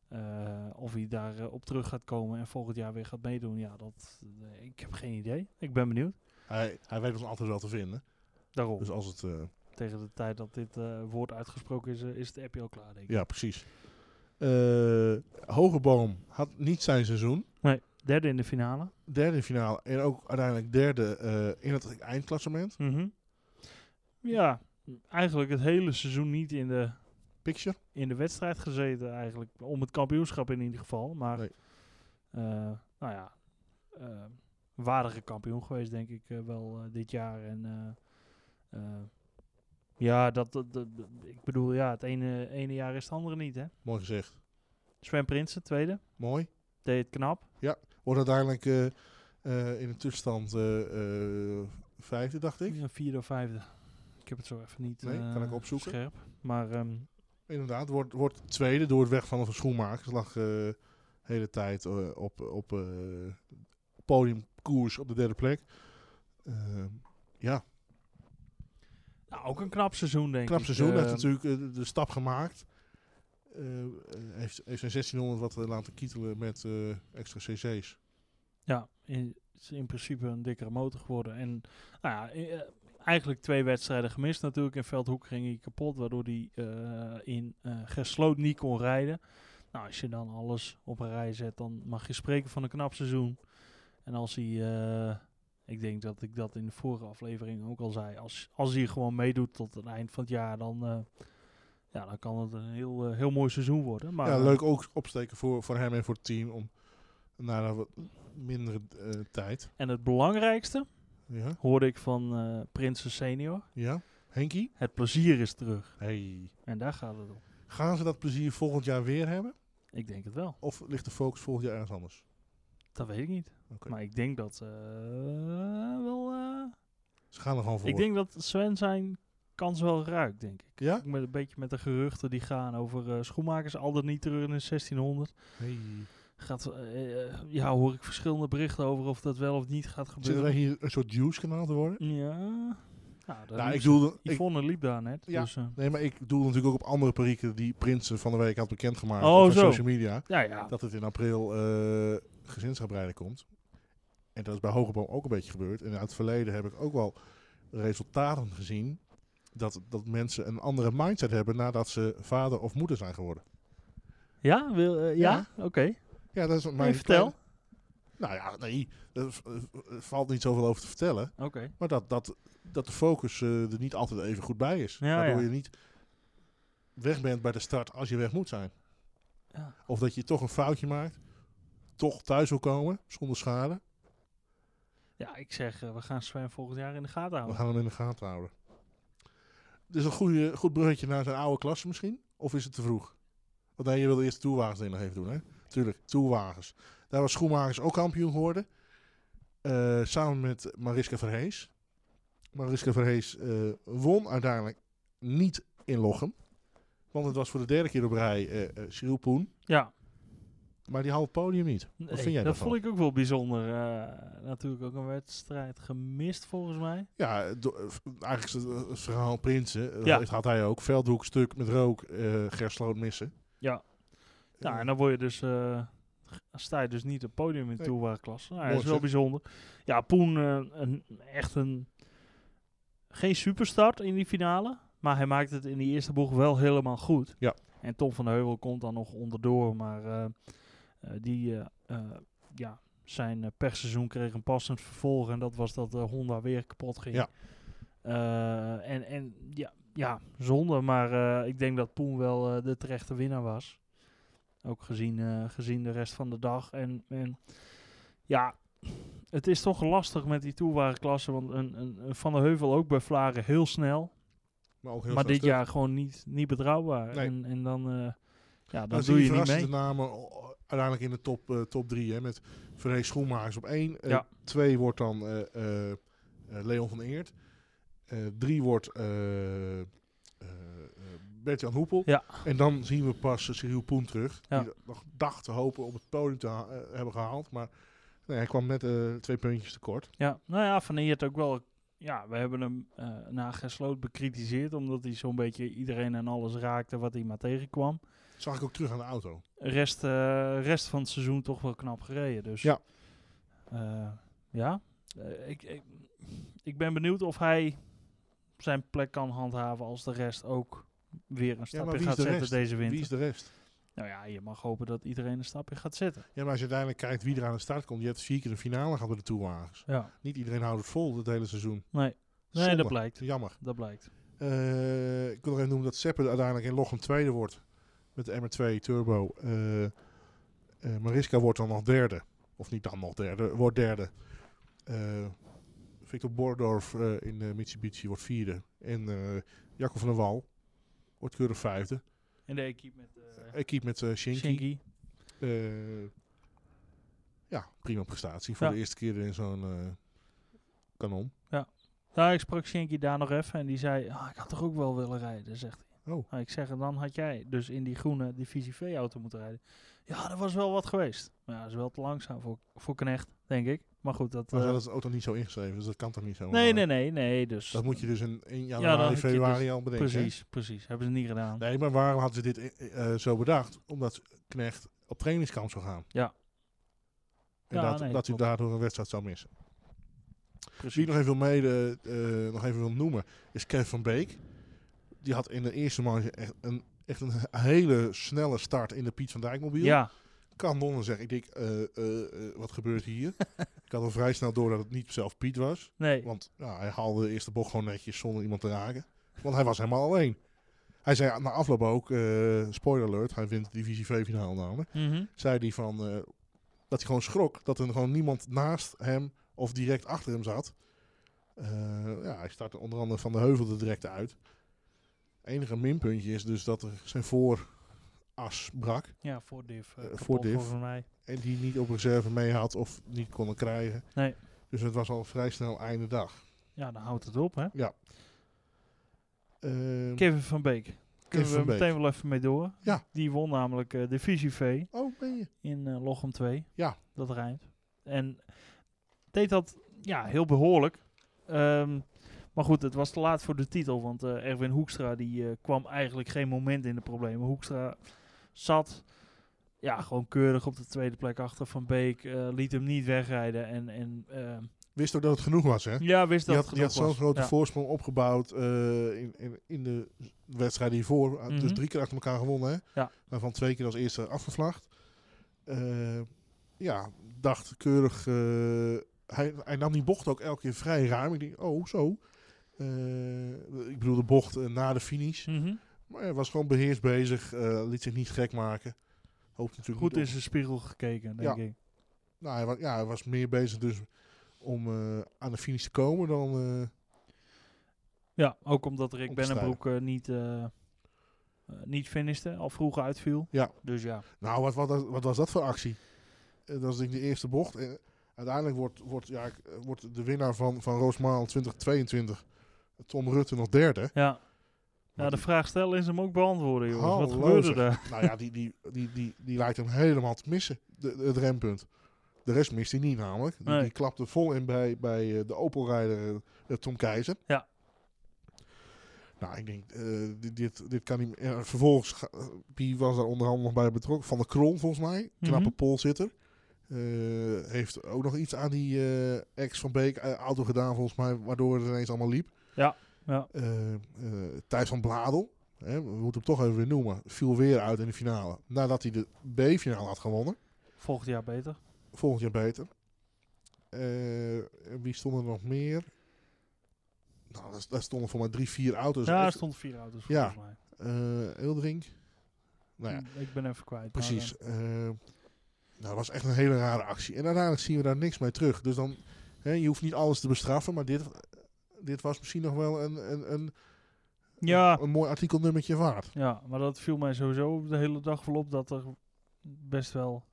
[SPEAKER 1] Eh, of hij daar eh, op terug gaat komen en volgend jaar weer gaat meedoen. Ja, dat, eh, ik heb geen idee. Ik ben benieuwd.
[SPEAKER 2] Hij, hij weet ons altijd wel te vinden.
[SPEAKER 1] Daarom.
[SPEAKER 2] Dus als het... eh,
[SPEAKER 1] Tegen de tijd dat dit eh, woord uitgesproken is, eh, is het appje al klaar, denk ik.
[SPEAKER 2] ja, precies. Eh Hogeboom had niet zijn seizoen.
[SPEAKER 1] Derde in de finale.
[SPEAKER 2] Derde in de finale en ook uiteindelijk derde eh, in het eindklassement.
[SPEAKER 1] Mhm. Ja, eigenlijk het hele seizoen niet in de
[SPEAKER 2] Picture.
[SPEAKER 1] in de wedstrijd gezeten eigenlijk. Om het kampioenschap in ieder geval. Maar
[SPEAKER 2] Nee.
[SPEAKER 1] eh, nou ja, eh, waardige kampioen geweest denk ik eh, wel eh, dit jaar. En eh, eh, ja, dat, dat, dat- ik bedoel ja, het ene, ene jaar is het andere niet hè.
[SPEAKER 2] Mooi gezegd.
[SPEAKER 1] Sven Prinsen, tweede,
[SPEAKER 2] Mooi.
[SPEAKER 1] deed het knap.
[SPEAKER 2] Wordt uiteindelijk eh, eh, in de tussenstand eh, eh, vijfde, dacht ik.
[SPEAKER 1] Ja, vierde of vijfde. Ik heb het zo even niet
[SPEAKER 2] Nee, kan
[SPEAKER 1] eh,
[SPEAKER 2] ik opzoeken.
[SPEAKER 1] scherp. Maar ehm,
[SPEAKER 2] Inderdaad, wordt, wordt tweede door het weg van de schoenmakers. Lag eh, de hele tijd eh, op, op eh, podiumkoers op de derde plek. Eh, ja,
[SPEAKER 1] nou, ook een knap seizoen denk
[SPEAKER 2] knap
[SPEAKER 1] ik.
[SPEAKER 2] seizoen. Hij heeft
[SPEAKER 1] Ehm,
[SPEAKER 2] natuurlijk eh, de- de stap gemaakt. Eh, eh, heeft, heeft zijn 1600 wat eh, laten kietelen met eh, extra cc's.
[SPEAKER 1] Ja, in, is in principe een dikkere motor geworden. En nou ja, i- eh, eigenlijk twee wedstrijden gemist natuurlijk. In Veldhoek ging hij kapot, waardoor hij eh, in eh gesloot niet kon rijden. Nou, als je dan alles op een rij zet, dan mag je spreken van een knap seizoen. En als hij, eh, ik denk dat ik dat in de vorige aflevering ook al zei, als, als hij gewoon meedoet tot het eind van het jaar, dan, eh, ja, dan kan het een heel, eh, heel mooi seizoen worden. Maar, eh,
[SPEAKER 2] ja, leuk ook opsteken voor, voor hem en voor het team. Om, na een wat mindere eh, tijd.
[SPEAKER 1] En het belangrijkste
[SPEAKER 2] Ja,
[SPEAKER 1] hoorde ik van eh Prinsen Senior.
[SPEAKER 2] ja. Henkie?
[SPEAKER 1] Het plezier is terug.
[SPEAKER 2] Hey.
[SPEAKER 1] En daar gaat het om.
[SPEAKER 2] Gaan ze dat plezier volgend jaar weer hebben?
[SPEAKER 1] Ik denk het wel.
[SPEAKER 2] Of ligt de focus volgend jaar ergens anders?
[SPEAKER 1] Dat weet ik niet.
[SPEAKER 2] Oké.
[SPEAKER 1] Maar ik denk dat eh, wel. eh,
[SPEAKER 2] Ze gaan er gewoon voor.
[SPEAKER 1] ik denk dat Sven zijn kans wel ruikt, denk ik.
[SPEAKER 2] Ja?
[SPEAKER 1] Ook Met een beetje met de geruchten die gaan over eh, schoenmakers, al dan niet terug in de 1600.
[SPEAKER 2] Hey.
[SPEAKER 1] Gaat, eh, eh, ja, hoor ik verschillende berichten over of dat wel of niet gaat
[SPEAKER 2] Zitten
[SPEAKER 1] gebeuren.
[SPEAKER 2] wij hier een soort juice-kanaal te worden?
[SPEAKER 1] Ja. Nou, daar
[SPEAKER 2] nou,
[SPEAKER 1] liep
[SPEAKER 2] ik
[SPEAKER 1] ze-
[SPEAKER 2] doelde, ik,
[SPEAKER 1] Yvonne liep daar net.
[SPEAKER 2] Ja.
[SPEAKER 1] Dus, eh,
[SPEAKER 2] nee, maar ik doelde natuurlijk ook op andere perieken die Prinsen van de week had bekendgemaakt
[SPEAKER 1] Oh,
[SPEAKER 2] op zijn
[SPEAKER 1] zo.
[SPEAKER 2] social media.
[SPEAKER 1] ja, ja.
[SPEAKER 2] Dat het in april eh gezinsgebreiden komt. En dat is bij Hogeboom ook een beetje gebeurd. En uit het verleden heb ik ook wel resultaten gezien. Dat, dat mensen een andere mindset hebben nadat ze vader of moeder zijn geworden.
[SPEAKER 1] Ja, wil, eh, ja? oké.
[SPEAKER 2] Ja, dat is mijn
[SPEAKER 1] Nee, vertel.
[SPEAKER 2] Nou ja, nee, er v- er valt niet zoveel over te vertellen.
[SPEAKER 1] Oké.
[SPEAKER 2] Maar dat, dat, dat de focus eh, er niet altijd even goed bij is.
[SPEAKER 1] Ja,
[SPEAKER 2] waardoor
[SPEAKER 1] ja.
[SPEAKER 2] je niet weg bent bij de start als je weg moet zijn.
[SPEAKER 1] Ja.
[SPEAKER 2] Of dat je toch een foutje maakt. Toch thuis wil komen, zonder schade.
[SPEAKER 1] Ja, ik zeg, eh, we gaan Sven volgend jaar in de gaten
[SPEAKER 2] We
[SPEAKER 1] houden.
[SPEAKER 2] gaan hem in de gaten houden. Het is een goede, goed bruggetje naar zijn oude klasse misschien. Of is het te vroeg? Want nee, je wilde eerst de toerwagens nog even doen, hè? Tuurlijk, toerwagens. Daar was Schoenmakers ook kampioen geworden. Eh, samen met Mariska Verhees. Mariska Verhees eh, won uiteindelijk niet in Lochem. Want het was voor de derde keer op rij eh eh, Cyril Poen.
[SPEAKER 1] Ja,
[SPEAKER 2] Maar die haalde het podium niet.
[SPEAKER 1] Nee,
[SPEAKER 2] vind jij
[SPEAKER 1] dat
[SPEAKER 2] daarvan?
[SPEAKER 1] vond ik ook wel bijzonder. Eh, natuurlijk ook een wedstrijd gemist volgens mij.
[SPEAKER 2] Ja, do- eh, f- eigenlijk is het, eh, het verhaal Prinsen. eh,
[SPEAKER 1] Ja.
[SPEAKER 2] Dat had hij ook. Veldhoek, stuk met rook, eh Gersloot missen.
[SPEAKER 1] Ja. Nou,
[SPEAKER 2] Eh,
[SPEAKER 1] en dan word je dus, eh, sta je dus niet op het podium in de
[SPEAKER 2] Nee.
[SPEAKER 1] toerwagenklasse. Nou,
[SPEAKER 2] Mooi
[SPEAKER 1] dat is wel bijzonder. Ja, Poen, eh, een, echt een, geen superstart in die finale. Maar hij maakt het in die eerste bocht wel helemaal goed.
[SPEAKER 2] Ja.
[SPEAKER 1] En Tom van de Heuvel komt dan nog onderdoor. Maar eh, eh, die, eh, eh, ja, zijn eh, persseizoen kreeg een passend vervolg. En dat was dat eh, Honda weer kapot ging.
[SPEAKER 2] Ja.
[SPEAKER 1] Eh, en en ja, ja, zonde. Maar eh, ik denk dat Poen wel eh, de terechte winnaar was. Ook gezien, eh, gezien de rest van de dag. En, en ja, het is toch lastig met die toewagenklassen. Want een, een, een Van de Heuvel ook bij Vlaren heel snel.
[SPEAKER 2] Maar, ook heel
[SPEAKER 1] maar
[SPEAKER 2] veel
[SPEAKER 1] dit
[SPEAKER 2] stuk.
[SPEAKER 1] jaar gewoon niet, niet betrouwbaar.
[SPEAKER 2] Nee.
[SPEAKER 1] En, en dan, eh, ja, dan,
[SPEAKER 2] Dan, zie
[SPEAKER 1] doe
[SPEAKER 2] je,
[SPEAKER 1] je niet
[SPEAKER 2] verrassende
[SPEAKER 1] mee.
[SPEAKER 2] namen o- uiteindelijk in de top, eh, top drie. Hè, met Verre Schoenmakers op één. Eh,
[SPEAKER 1] Ja.
[SPEAKER 2] Twee wordt dan eh, eh, eh, Leon van Eert. Eh, drie wordt eh, eh, eh, Bert-Jan Hoepel.
[SPEAKER 1] Ja.
[SPEAKER 2] En dan zien we pas eh, Cyril Poen terug.
[SPEAKER 1] Ja.
[SPEAKER 2] Die nog dacht te hopen op het podium te ha- eh, hebben gehaald. Maar nee, hij kwam net eh, twee puntjes tekort.
[SPEAKER 1] Ja, nou ja, Van Eert ook wel. Ja, we hebben hem eh, na gesloten bekritiseerd. Omdat hij zo'n beetje iedereen en alles raakte wat hij maar tegenkwam.
[SPEAKER 2] Zag ik ook terug aan de auto.
[SPEAKER 1] Rest, eh, rest van het seizoen toch wel knap gereden. Dus
[SPEAKER 2] Ja.
[SPEAKER 1] Eh, ja. Eh, ik, ik, ik ben benieuwd of hij zijn plek kan handhaven als de rest ook weer een stapje
[SPEAKER 2] wie is
[SPEAKER 1] gaat
[SPEAKER 2] de
[SPEAKER 1] zetten
[SPEAKER 2] rest?
[SPEAKER 1] deze
[SPEAKER 2] Wie
[SPEAKER 1] winter.
[SPEAKER 2] is de rest?
[SPEAKER 1] Nou ja, je mag hopen dat iedereen een stapje gaat zetten.
[SPEAKER 2] Ja, maar als je uiteindelijk kijkt wie er aan de start komt. Je hebt vier keer de finale gehad bij de Tourwagens.
[SPEAKER 1] Ja.
[SPEAKER 2] Niet iedereen houdt het vol dit hele seizoen.
[SPEAKER 1] Nee. Nee,
[SPEAKER 2] Zonde.
[SPEAKER 1] dat blijkt.
[SPEAKER 2] Jammer.
[SPEAKER 1] Dat blijkt.
[SPEAKER 2] Eh, ik wil nog even noemen dat Seppe uiteindelijk in Lochem tweede wordt. Met de MR2 Turbo. Eh, eh, Mariska wordt dan nog derde. Of niet dan nog derde. Wordt derde. Eh, Victor Bordorf eh, in de Mitsubishi wordt vierde. En eh, Jacco van der Wal wordt keurig vijfde.
[SPEAKER 1] En de equipe met eh,
[SPEAKER 2] Ik keep met eh Shinky.
[SPEAKER 1] Shinky.
[SPEAKER 2] Eh, ja, prima prestatie. Voor
[SPEAKER 1] Ja.
[SPEAKER 2] de eerste keer in zo'n eh, kanon.
[SPEAKER 1] Nou, ik sprak Shinky daar nog even en die zei, ah, ik had toch ook wel willen rijden, zegt hij.
[SPEAKER 2] Oh,
[SPEAKER 1] Nou, ik zeg, en dan had jij dus in die groene divisie V-auto moeten rijden. Ja, dat was wel wat geweest. Maar ja, dat is wel te langzaam voor, voor Knecht, denk ik. Maar goed, dat...
[SPEAKER 2] maar
[SPEAKER 1] eh,
[SPEAKER 2] dat is de auto niet zo ingeschreven. Dus dat kan toch niet zo?
[SPEAKER 1] nee, nee,
[SPEAKER 2] Maar-
[SPEAKER 1] nee, nee, dus...
[SPEAKER 2] Dat moet je dus in, in
[SPEAKER 1] dan
[SPEAKER 2] januari,
[SPEAKER 1] heb je
[SPEAKER 2] februari al bedenken. hè?
[SPEAKER 1] precies, precies. Hebben ze niet gedaan.
[SPEAKER 2] Nee, maar waarom hadden ze dit eh, eh, zo bedacht? Omdat Knecht op trainingskamp zou gaan.
[SPEAKER 1] Ja.
[SPEAKER 2] En
[SPEAKER 1] Ja,
[SPEAKER 2] dat,
[SPEAKER 1] nee,
[SPEAKER 2] dat hij
[SPEAKER 1] klopt.
[SPEAKER 2] daardoor een wedstrijd zou missen. Wie
[SPEAKER 1] precies.
[SPEAKER 2] ik nog even wil, mede, eh, nog even wil noemen, is Kevin van Beek. Die had in de eerste manche echt een, echt een hele snelle start in de Piet van Dijk mobiel.
[SPEAKER 1] Ja,
[SPEAKER 2] Kan Donnen zeggen, ik denk, eh, eh, eh, wat gebeurt hier? ik had al vrij snel door dat het niet zelf Piet was.
[SPEAKER 1] nee.
[SPEAKER 2] Want ja, Nou, hij haalde de eerste bocht gewoon netjes zonder iemand te raken. Want hij was helemaal alleen. Hij zei na afloop ook, eh, spoiler alert, hij wint de divisie V-finale namelijk.
[SPEAKER 1] Mhm.
[SPEAKER 2] Zei hij van, eh, dat hij gewoon schrok dat er gewoon niemand naast hem of direct achter hem zat. Eh, ja, hij startte onder andere van de heuvel er direct uit. Enige minpuntje is dus dat er zijn vooras brak.
[SPEAKER 1] Ja, voor Div. eh,
[SPEAKER 2] Eh,
[SPEAKER 1] kapot
[SPEAKER 2] voor Div.
[SPEAKER 1] Volgens mij.
[SPEAKER 2] En die niet op reserve mee had of niet konden krijgen.
[SPEAKER 1] Nee.
[SPEAKER 2] Dus het was al vrij snel einde dag.
[SPEAKER 1] Ja, dan houdt het op,
[SPEAKER 2] Hm.
[SPEAKER 1] hè.
[SPEAKER 2] Ehm,
[SPEAKER 1] Kevin van Beek. Kunnen
[SPEAKER 2] Kevin
[SPEAKER 1] we
[SPEAKER 2] van Beek.
[SPEAKER 1] meteen wel even mee door.
[SPEAKER 2] Ja.
[SPEAKER 1] Die won namelijk eh, divisie V.
[SPEAKER 2] Oh, ben je?
[SPEAKER 1] in eh, Lochem 2.
[SPEAKER 2] Ja.
[SPEAKER 1] Dat rijmt. En deed dat ja, heel behoorlijk. Ehm, maar goed, het was te laat voor de titel. Want eh, Erwin Hoekstra die, eh, kwam eigenlijk geen moment in de problemen. Hoekstra zat ja, gewoon keurig op de tweede plek achter Van Beek. eh, liet hem niet wegrijden. En, en ehm,
[SPEAKER 2] Wist ook dat het genoeg was, hè?
[SPEAKER 1] ja, wist
[SPEAKER 2] Die
[SPEAKER 1] dat
[SPEAKER 2] had,
[SPEAKER 1] het
[SPEAKER 2] die
[SPEAKER 1] genoeg
[SPEAKER 2] had zo'n
[SPEAKER 1] was.
[SPEAKER 2] grote
[SPEAKER 1] Ja.
[SPEAKER 2] voorsprong opgebouwd eh, in, in, in de wedstrijd hiervoor. Had Dus
[SPEAKER 1] Mhm.
[SPEAKER 2] drie keer achter elkaar gewonnen, hè?
[SPEAKER 1] Ja.
[SPEAKER 2] Waarvan twee keer als eerste afgevlacht. Eh, ja, dacht keurig... eh, hij, hij nam die bocht ook elke keer vrij ruim. Ik denk, oh, zo. Eh, ik bedoel de bocht eh, na de finish.
[SPEAKER 1] Mhm.
[SPEAKER 2] Maar hij was gewoon beheerst bezig. eh, liet zich niet gek maken. Hoopt natuurlijk
[SPEAKER 1] Goed
[SPEAKER 2] niet
[SPEAKER 1] in zijn spiegel gekeken, denk ik.
[SPEAKER 2] Nou, hij was, ja, hij was meer bezig dus om eh, aan de finish te komen dan... eh,
[SPEAKER 1] Ja, ook omdat Rick
[SPEAKER 2] Om te
[SPEAKER 1] Bennenbroek eh, niet, eh eh, niet finishte. Al vroeg uitviel.
[SPEAKER 2] Ja.
[SPEAKER 1] Dus ja.
[SPEAKER 2] nou, wat, wat, wat was dat voor actie? Eh, dat was denk ik de eerste bocht. Eh, uiteindelijk wordt, wordt, ja, ik- eh, wordt de winnaar van, van Roosmaal 2022, Tom Rutte, nog derde.
[SPEAKER 1] Ja. Ja,
[SPEAKER 2] Maar
[SPEAKER 1] de
[SPEAKER 2] die-
[SPEAKER 1] vraag stellen is hem ook beantwoorden, jongens. Wat
[SPEAKER 2] Hallo,
[SPEAKER 1] gebeurde
[SPEAKER 2] zeg.
[SPEAKER 1] daar?
[SPEAKER 2] nou ja, die, die, die, die, die lijkt hem helemaal te missen, de, de- het rempunt. De rest mist hij niet namelijk. Die,
[SPEAKER 1] Nee.
[SPEAKER 2] die klapte vol in bij, bij eh, de Opelrijder eh, Tom Keizer.
[SPEAKER 1] Ja.
[SPEAKER 2] Nou, ik denk, eh, dit, dit, dit kan niet meer. Eh, vervolgens, ga- eh, wie was daar onderhand nog bij betrokken? Van de Krol, volgens mij. Knappe
[SPEAKER 1] Mhm.
[SPEAKER 2] polzitter. Eh, heeft ook nog iets aan die eh, ex van Beek eh, auto gedaan, volgens mij. Waardoor het ineens allemaal liep.
[SPEAKER 1] Ja,
[SPEAKER 2] Eh, eh, Thijs van Bladel, hè, we moeten hem toch even weer noemen, viel weer uit in de finale. Nadat hij de B-finale had gewonnen.
[SPEAKER 1] volgend jaar beter.
[SPEAKER 2] Volgend jaar beter. Eh, en wie stonden er nog meer? Nou, daar, daar stonden voor mij drie, vier auto's.
[SPEAKER 1] ja, er
[SPEAKER 2] Echt,
[SPEAKER 1] stonden vier auto's
[SPEAKER 2] Dus Ja.
[SPEAKER 1] volgens mij.
[SPEAKER 2] eh, Eeldrink. Nou ja,
[SPEAKER 1] Hm, Ik ben even kwijt. maar,
[SPEAKER 2] precies. Eh, nou, dat was echt een hele rare actie. En uiteindelijk zien we daar niks mee terug. Dus dan, hè, je hoeft niet alles te bestraffen, maar dit, dit was misschien nog wel een, een, een,
[SPEAKER 1] Ja.
[SPEAKER 2] een mooi artikelnummertje waard.
[SPEAKER 1] Ja, maar dat viel mij sowieso de hele dag wel op dat er best wel...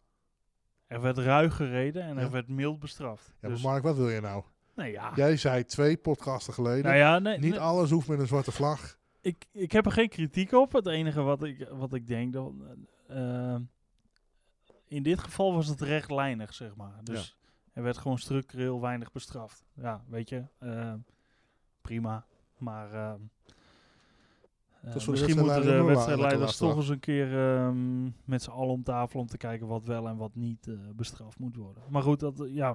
[SPEAKER 1] Er werd ruig gereden en
[SPEAKER 2] Ja.
[SPEAKER 1] er werd mild bestraft.
[SPEAKER 2] Ja,
[SPEAKER 1] dus,
[SPEAKER 2] maar Mark, wat wil je nou?
[SPEAKER 1] nou ja,
[SPEAKER 2] Jij zei twee podcasten geleden,
[SPEAKER 1] nou ja nee,
[SPEAKER 2] niet
[SPEAKER 1] nee,
[SPEAKER 2] alles hoeft met een zwarte vlag.
[SPEAKER 1] ik, ik heb er geen kritiek op. Het enige wat ik, wat ik denk... Dat, eh, in dit geval was het rechtlijnig, zeg maar. Dus er werd gewoon structureel weinig bestraft. Ja, weet je. eh, prima. Maar... eh, eh,
[SPEAKER 2] is voor de
[SPEAKER 1] misschien moeten
[SPEAKER 2] wedstrijdleider
[SPEAKER 1] de
[SPEAKER 2] ook wel
[SPEAKER 1] wedstrijdleiders
[SPEAKER 2] lekker
[SPEAKER 1] toch eens
[SPEAKER 2] lastig.
[SPEAKER 1] een keer ehm, met z'n allen om tafel om te kijken wat wel en wat niet eh, bestraft moet worden. Maar goed, dat eh, ja.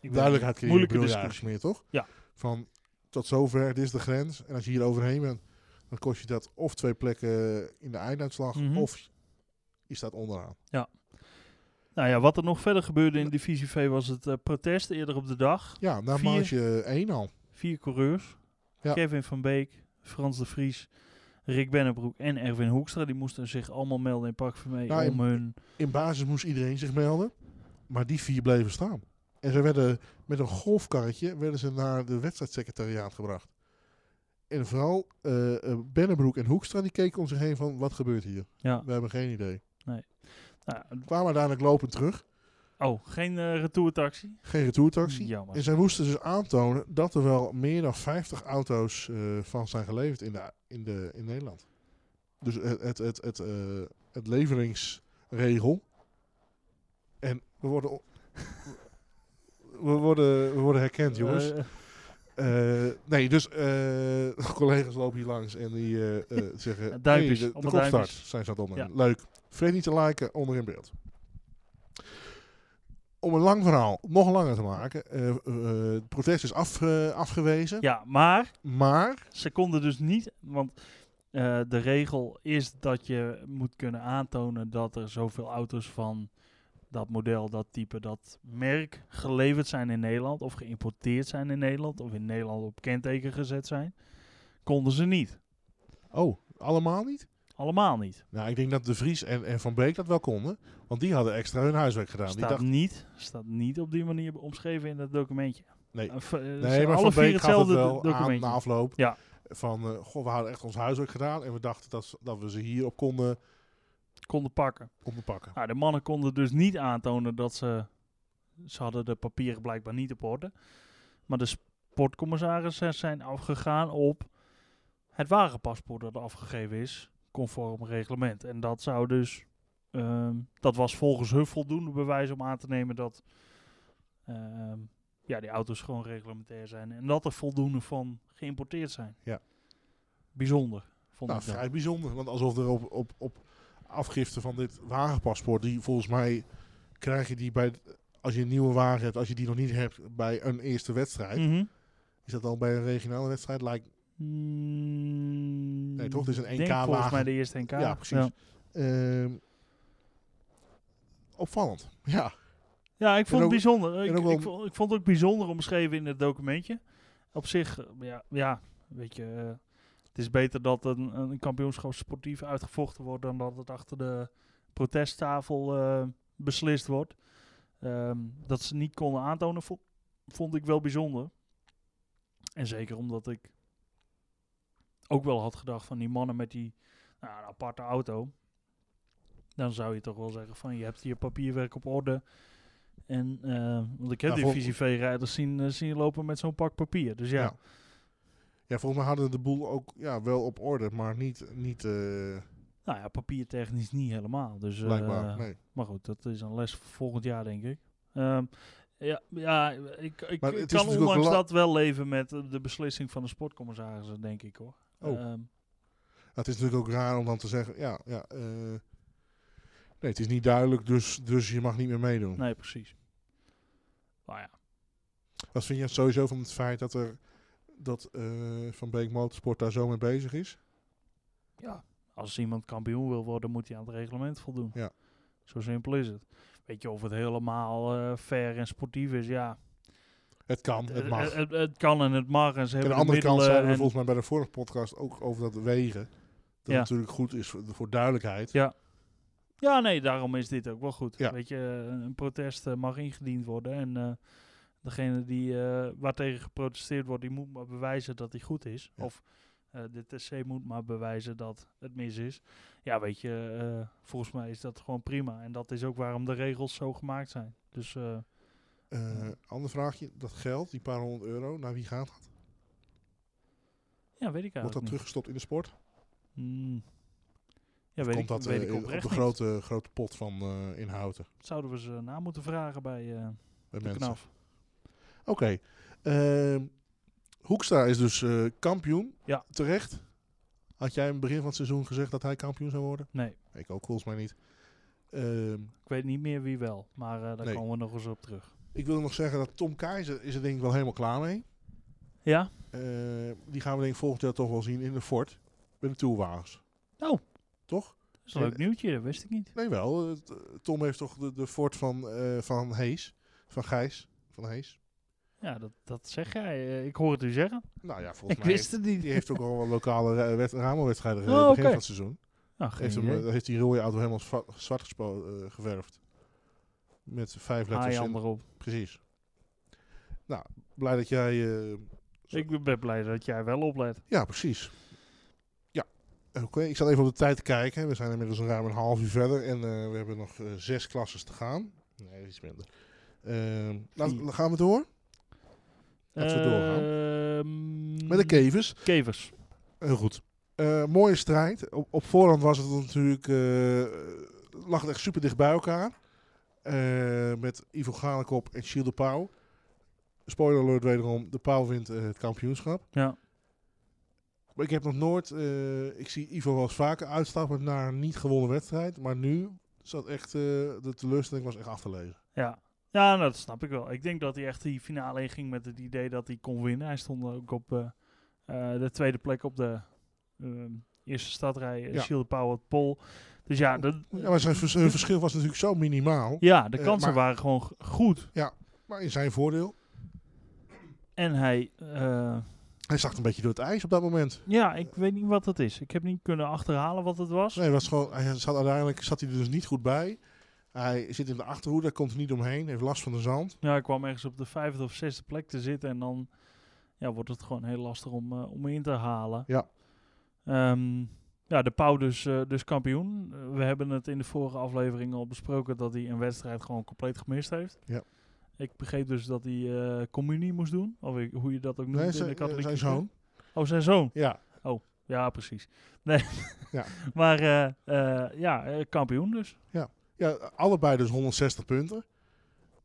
[SPEAKER 1] Ik weet
[SPEAKER 2] Duidelijkheid
[SPEAKER 1] niet.
[SPEAKER 2] creëren
[SPEAKER 1] Moeilijke
[SPEAKER 2] bedoel je
[SPEAKER 1] discussie.
[SPEAKER 2] eigenlijk meer, toch?
[SPEAKER 1] Ja.
[SPEAKER 2] Van tot zover, dit is de grens. En als je hier overheen bent, dan kost je dat of twee plekken in de einduitslag,
[SPEAKER 1] Mhm.
[SPEAKER 2] of je staat onderaan.
[SPEAKER 1] Nou ja, wat er nog verder gebeurde in divisie V was het eh, protest eerder op de dag.
[SPEAKER 2] Ja, na
[SPEAKER 1] Vier.
[SPEAKER 2] marge 1 al.
[SPEAKER 1] Vier coureurs.
[SPEAKER 2] Ja.
[SPEAKER 1] Kevin van Beek, Frans de Vries, Rick Bennebroek en Erwin Hoekstra. Die moesten zich allemaal melden in Park Vermee
[SPEAKER 2] Nou, in-
[SPEAKER 1] om hun...
[SPEAKER 2] In basis moest iedereen zich melden, maar die vier bleven staan. En ze werden met een golfkarretje werden ze naar de wedstrijdsecretariaat gebracht. En vooral eh eh, Bennebroek en Hoekstra die keken om zich heen van wat gebeurt hier?
[SPEAKER 1] Ja.
[SPEAKER 2] We hebben geen idee.
[SPEAKER 1] Nou,
[SPEAKER 2] Kwamen uiteindelijk lopend terug,
[SPEAKER 1] oh, geen eh retourtaxi? Hm,
[SPEAKER 2] geen retourtaxi.
[SPEAKER 1] Jammer.
[SPEAKER 2] En zij moesten dus aantonen dat er wel meer dan 50 auto's eh, van zijn geleverd in, de, in, de, in Nederland. Dus het, het, het, het, eh, het leveringsregel. En we worden, o- we worden, we worden herkend, jongens.
[SPEAKER 1] Eh,
[SPEAKER 2] Eh, nee, dus eh, collega's lopen hier langs en die eh, eh, zeggen...
[SPEAKER 1] Duimpjes,
[SPEAKER 2] hey, de, de
[SPEAKER 1] allemaal
[SPEAKER 2] kopstart
[SPEAKER 1] duimpjes.
[SPEAKER 2] zijn ze aan het ondernemen.
[SPEAKER 1] Ja.
[SPEAKER 2] Leuk. Vergeet niet te liken onder in beeld. Om een lang verhaal nog langer te maken. eh, eh, het protest is af, eh, afgewezen.
[SPEAKER 1] ja, maar
[SPEAKER 2] Maar
[SPEAKER 1] Ze konden dus niet, want eh, de regel is dat je moet kunnen aantonen dat er zoveel auto's van dat model, dat type, dat merk geleverd zijn in Nederland of geïmporteerd zijn in Nederland of in Nederland op kenteken gezet zijn. Konden ze niet.
[SPEAKER 2] Oh, allemaal niet?
[SPEAKER 1] Allemaal niet.
[SPEAKER 2] Nou, ik denk dat De Vries en, en Van Beek dat wel konden. Want die hadden extra hun huiswerk gedaan. Die
[SPEAKER 1] staat,
[SPEAKER 2] dachten,
[SPEAKER 1] niet, staat niet op die manier omschreven in dat documentje.
[SPEAKER 2] Nee.
[SPEAKER 1] Eh, v- eh,
[SPEAKER 2] nee,
[SPEAKER 1] zijn
[SPEAKER 2] maar
[SPEAKER 1] alle
[SPEAKER 2] Van
[SPEAKER 1] vier
[SPEAKER 2] Beek gaf het
[SPEAKER 1] hetzelfde
[SPEAKER 2] wel aan
[SPEAKER 1] documentje.
[SPEAKER 2] na afloop.
[SPEAKER 1] Ja.
[SPEAKER 2] Van, eh, goh, we hadden echt ons huiswerk gedaan. En we dachten dat, ze- dat we ze hierop konden,
[SPEAKER 1] konden pakken.
[SPEAKER 2] konden pakken.
[SPEAKER 1] Nou, de mannen konden dus niet aantonen dat ze... Ze hadden de papieren blijkbaar niet op orde. Maar de sportcommissarissen zijn afgegaan op het wagenpaspoort dat afgegeven is, conform reglement. En dat zou dus... ehm, dat was volgens hun voldoende bewijs om aan te nemen dat... ehm, ja, die auto's gewoon reglementair zijn. En dat er voldoende van geïmporteerd zijn.
[SPEAKER 2] Ja.
[SPEAKER 1] Bijzonder, vond
[SPEAKER 2] Nou,
[SPEAKER 1] ik dat.
[SPEAKER 2] vrij bijzonder. Want alsof er op, op, op afgifte van dit wagenpaspoort, die volgens mij krijg je die bij, als je een nieuwe wagen hebt, als je die nog niet hebt bij een eerste wedstrijd.
[SPEAKER 1] Mhm.
[SPEAKER 2] Is dat al bij een regionale wedstrijd? Lijkt,
[SPEAKER 1] Mm,
[SPEAKER 2] Nee, toch? Het is een
[SPEAKER 1] Hmm, denk
[SPEAKER 2] 1K
[SPEAKER 1] volgens
[SPEAKER 2] wagen.
[SPEAKER 1] mij de eerste 1K.
[SPEAKER 2] Ja, precies. ehm, opvallend. Ja,
[SPEAKER 1] Ja, ik vond
[SPEAKER 2] ook-
[SPEAKER 1] het bijzonder. Ik,
[SPEAKER 2] ook wel-
[SPEAKER 1] ik, vond, ik vond het ook bijzonder omschreven in het documentje. Op zich, eh, ja, ja weet je, eh, het is beter dat een, een kampioenschap sportief uitgevochten wordt dan dat het achter de protesttafel eh, beslist wordt. Ehm, dat ze niet konden aantonen, vo- vond ik wel bijzonder. En zeker omdat ik ook wel had gedacht van die mannen met die nou, een aparte auto. Dan zou je toch wel zeggen van je hebt hier papierwerk op orde. En, eh, want ik heb
[SPEAKER 2] Nou,
[SPEAKER 1] die
[SPEAKER 2] voor-
[SPEAKER 1] visie V-rijders zien, eh, zien lopen met zo'n pak papier. Dus ja,
[SPEAKER 2] Ja. ja, volgens mij hadden de boel ook ja, wel op orde, maar niet, niet eh,
[SPEAKER 1] nou ja, papiertechnisch niet helemaal. Dus, eh,
[SPEAKER 2] blijkbaar. nee.
[SPEAKER 1] Maar goed, dat is een les voor volgend jaar, denk ik. Ehm, ja, ja, ik, ik,
[SPEAKER 2] Maar
[SPEAKER 1] ik
[SPEAKER 2] het is
[SPEAKER 1] kan
[SPEAKER 2] natuurlijk ook
[SPEAKER 1] ondanks
[SPEAKER 2] la-
[SPEAKER 1] dat wel leven met eh, de beslissing van de sportcommissarissen, denk ik hoor.
[SPEAKER 2] Oh.
[SPEAKER 1] Ehm,
[SPEAKER 2] Nou, het is natuurlijk ook raar om dan te zeggen, ja, ja eh, nee, het is niet duidelijk, dus, dus je mag niet meer meedoen.
[SPEAKER 1] nee, precies. Nou ja,
[SPEAKER 2] Wat vind je sowieso van het feit dat er dat eh, Van Beek Motorsport daar zo mee bezig is?
[SPEAKER 1] ja, als iemand kampioen wil worden, moet hij aan het reglement voldoen.
[SPEAKER 2] Ja.
[SPEAKER 1] Zo simpel is het. Weet je, of het helemaal eh, fair en sportief is, ja.
[SPEAKER 2] Het kan, het mag.
[SPEAKER 1] Het, het- het kan en het mag. En ze
[SPEAKER 2] Aan
[SPEAKER 1] hebben
[SPEAKER 2] de andere
[SPEAKER 1] eh,
[SPEAKER 2] kant
[SPEAKER 1] middelen
[SPEAKER 2] zeiden we
[SPEAKER 1] en-
[SPEAKER 2] volgens mij bij de vorige podcast ook over dat wegen. Dat
[SPEAKER 1] Ja.
[SPEAKER 2] het natuurlijk goed is voor, voor duidelijkheid.
[SPEAKER 1] Ja. Ja, nee, daarom is dit ook wel goed.
[SPEAKER 2] Ja.
[SPEAKER 1] Weet je, een een protest eh, mag ingediend worden. En eh, degene die, eh waartegen geprotesteerd wordt, die moet maar bewijzen dat hij goed is.
[SPEAKER 2] Ja.
[SPEAKER 1] Of Eh, de TC moet maar bewijzen dat het mis is. Ja, weet je, eh, volgens mij is dat gewoon prima. En dat is ook waarom de regels zo gemaakt zijn. Dus eh,
[SPEAKER 2] Eh, ander vraagje, dat geld, die paar honderd euro, naar wie gaat dat?
[SPEAKER 1] ja, weet ik eigenlijk
[SPEAKER 2] Wordt dat
[SPEAKER 1] niet.
[SPEAKER 2] teruggestopt in de sport?
[SPEAKER 1] Hmm. Ja, weet
[SPEAKER 2] Of komt
[SPEAKER 1] ik,
[SPEAKER 2] dat
[SPEAKER 1] weet
[SPEAKER 2] eh,
[SPEAKER 1] ik
[SPEAKER 2] in- op
[SPEAKER 1] oprecht
[SPEAKER 2] de
[SPEAKER 1] niet.
[SPEAKER 2] grote, grote pot van eh inhouden
[SPEAKER 1] Zouden we ze na moeten vragen bij eh,
[SPEAKER 2] bij
[SPEAKER 1] de
[SPEAKER 2] mensen?
[SPEAKER 1] KNAF.
[SPEAKER 2] Oké. ehm, Hoekstra is dus eh, kampioen.
[SPEAKER 1] Ja.
[SPEAKER 2] Terecht. Had jij in het begin van het seizoen gezegd dat hij kampioen zou worden?
[SPEAKER 1] Nee,
[SPEAKER 2] Ik ook volgens mij niet. Ehm,
[SPEAKER 1] ik weet niet meer wie wel. Maar eh, daar
[SPEAKER 2] Nee.
[SPEAKER 1] komen we nog eens op terug.
[SPEAKER 2] ik wil nog zeggen dat Tom Keizer is er denk ik wel helemaal klaar mee.
[SPEAKER 1] Ja?
[SPEAKER 2] Eh, die gaan we denk ik volgend jaar toch wel zien in de Ford. Met de toerwagens.
[SPEAKER 1] Oh.
[SPEAKER 2] Toch?
[SPEAKER 1] Dat is een
[SPEAKER 2] Eh,
[SPEAKER 1] leuk nieuwtje, dat wist ik niet.
[SPEAKER 2] Nee wel. eh, t- Tom heeft toch de, de Ford van, eh, van Hees. Van Gijs. Van Hees.
[SPEAKER 1] Ja, dat, dat zeg jij. eh, ik hoor het u zeggen.
[SPEAKER 2] Nou ja, volgens
[SPEAKER 1] Ik
[SPEAKER 2] mij
[SPEAKER 1] wist het niet.
[SPEAKER 2] Die heeft ook al wat lokale eh, wed- ramelwedstrijden
[SPEAKER 1] Oh,
[SPEAKER 2] gereden begin
[SPEAKER 1] oké.
[SPEAKER 2] van het seizoen.
[SPEAKER 1] Nou, geen
[SPEAKER 2] Heeft, hem,
[SPEAKER 1] idee.
[SPEAKER 2] eh, heeft die rode auto helemaal zwa- zwart gespo- eh, geverfd. Met vijf letters.
[SPEAKER 1] Haai
[SPEAKER 2] dus in-
[SPEAKER 1] erop.
[SPEAKER 2] Precies. Nou, blij dat jij... eh,
[SPEAKER 1] Ik ben blij dat jij wel oplet.
[SPEAKER 2] ja, precies. Ja, oké. Ik zat even op de tijd te kijken. We zijn inmiddels ruim een half uur verder. En eh, we hebben nog eh, zes klasses te gaan. Nee, iets minder. Ehm, laten-
[SPEAKER 1] Vier.
[SPEAKER 2] gaan we door? Laten we doorgaan.
[SPEAKER 1] doorgaan.
[SPEAKER 2] Met de kevers.
[SPEAKER 1] Ehm, kevers.
[SPEAKER 2] Heel goed. Eh, mooie strijd. Op, op voorhand was het natuurlijk, eh, lag het echt super dicht bij elkaar. Eh, met Ivo Galekop en Gilles de Pauw. Spoiler alert wederom, de Pauw wint eh, het kampioenschap.
[SPEAKER 1] Ja.
[SPEAKER 2] Maar ik heb nog nooit, eh, ik zie Ivo wel eens vaker uitstappen naar een niet gewonnen wedstrijd. Maar nu zat echt, eh, de teleurstelling was echt af te lezen.
[SPEAKER 1] Ja. Ja, nou, dat snap ik wel. Ik denk dat hij echt die finale in ging met het idee dat hij kon winnen. Hij stond ook op eh, eh, de tweede plek op de ehm, eerste stadrij. eh,
[SPEAKER 2] Ja.
[SPEAKER 1] Shield Power Pol. Dus ja, dat,
[SPEAKER 2] Ja, maar zijn vers- hun verschil was natuurlijk zo minimaal.
[SPEAKER 1] ja, de
[SPEAKER 2] eh,
[SPEAKER 1] kansen
[SPEAKER 2] maar-
[SPEAKER 1] waren gewoon g- goed.
[SPEAKER 2] Maar in zijn voordeel,
[SPEAKER 1] En hij... eh,
[SPEAKER 2] hij zag een beetje door het ijs op dat moment.
[SPEAKER 1] ja, ik weet niet wat dat is. Ik heb niet kunnen achterhalen wat het was.
[SPEAKER 2] Nee, was gewoon, hij zat, uiteindelijk zat hij er dus niet goed bij. Hij zit in de achterhoede, daar komt er niet omheen, heeft last van de zand.
[SPEAKER 1] Ja, ik kwam ergens op de vijfde of zesde plek te zitten. En dan ja, wordt het gewoon heel lastig om, eh, om in te halen.
[SPEAKER 2] Ja.
[SPEAKER 1] Ehm, ja, de Pauw dus, eh, dus kampioen. Eh, we hebben het in de vorige aflevering al besproken dat hij een wedstrijd gewoon compleet gemist heeft.
[SPEAKER 2] Ja.
[SPEAKER 1] Ik begreep dus dat hij eh, communie moest doen. Of ik- hoe je dat ook noemt
[SPEAKER 2] Nee,
[SPEAKER 1] in de
[SPEAKER 2] zijn,
[SPEAKER 1] katholieke
[SPEAKER 2] zijn
[SPEAKER 1] kerk.
[SPEAKER 2] zoon.
[SPEAKER 1] Oh, zijn zoon.
[SPEAKER 2] Ja,
[SPEAKER 1] Ja, precies. Nee.
[SPEAKER 2] Ja.
[SPEAKER 1] maar eh, eh, ja, eh, kampioen dus.
[SPEAKER 2] ja, allebei dus 160 punten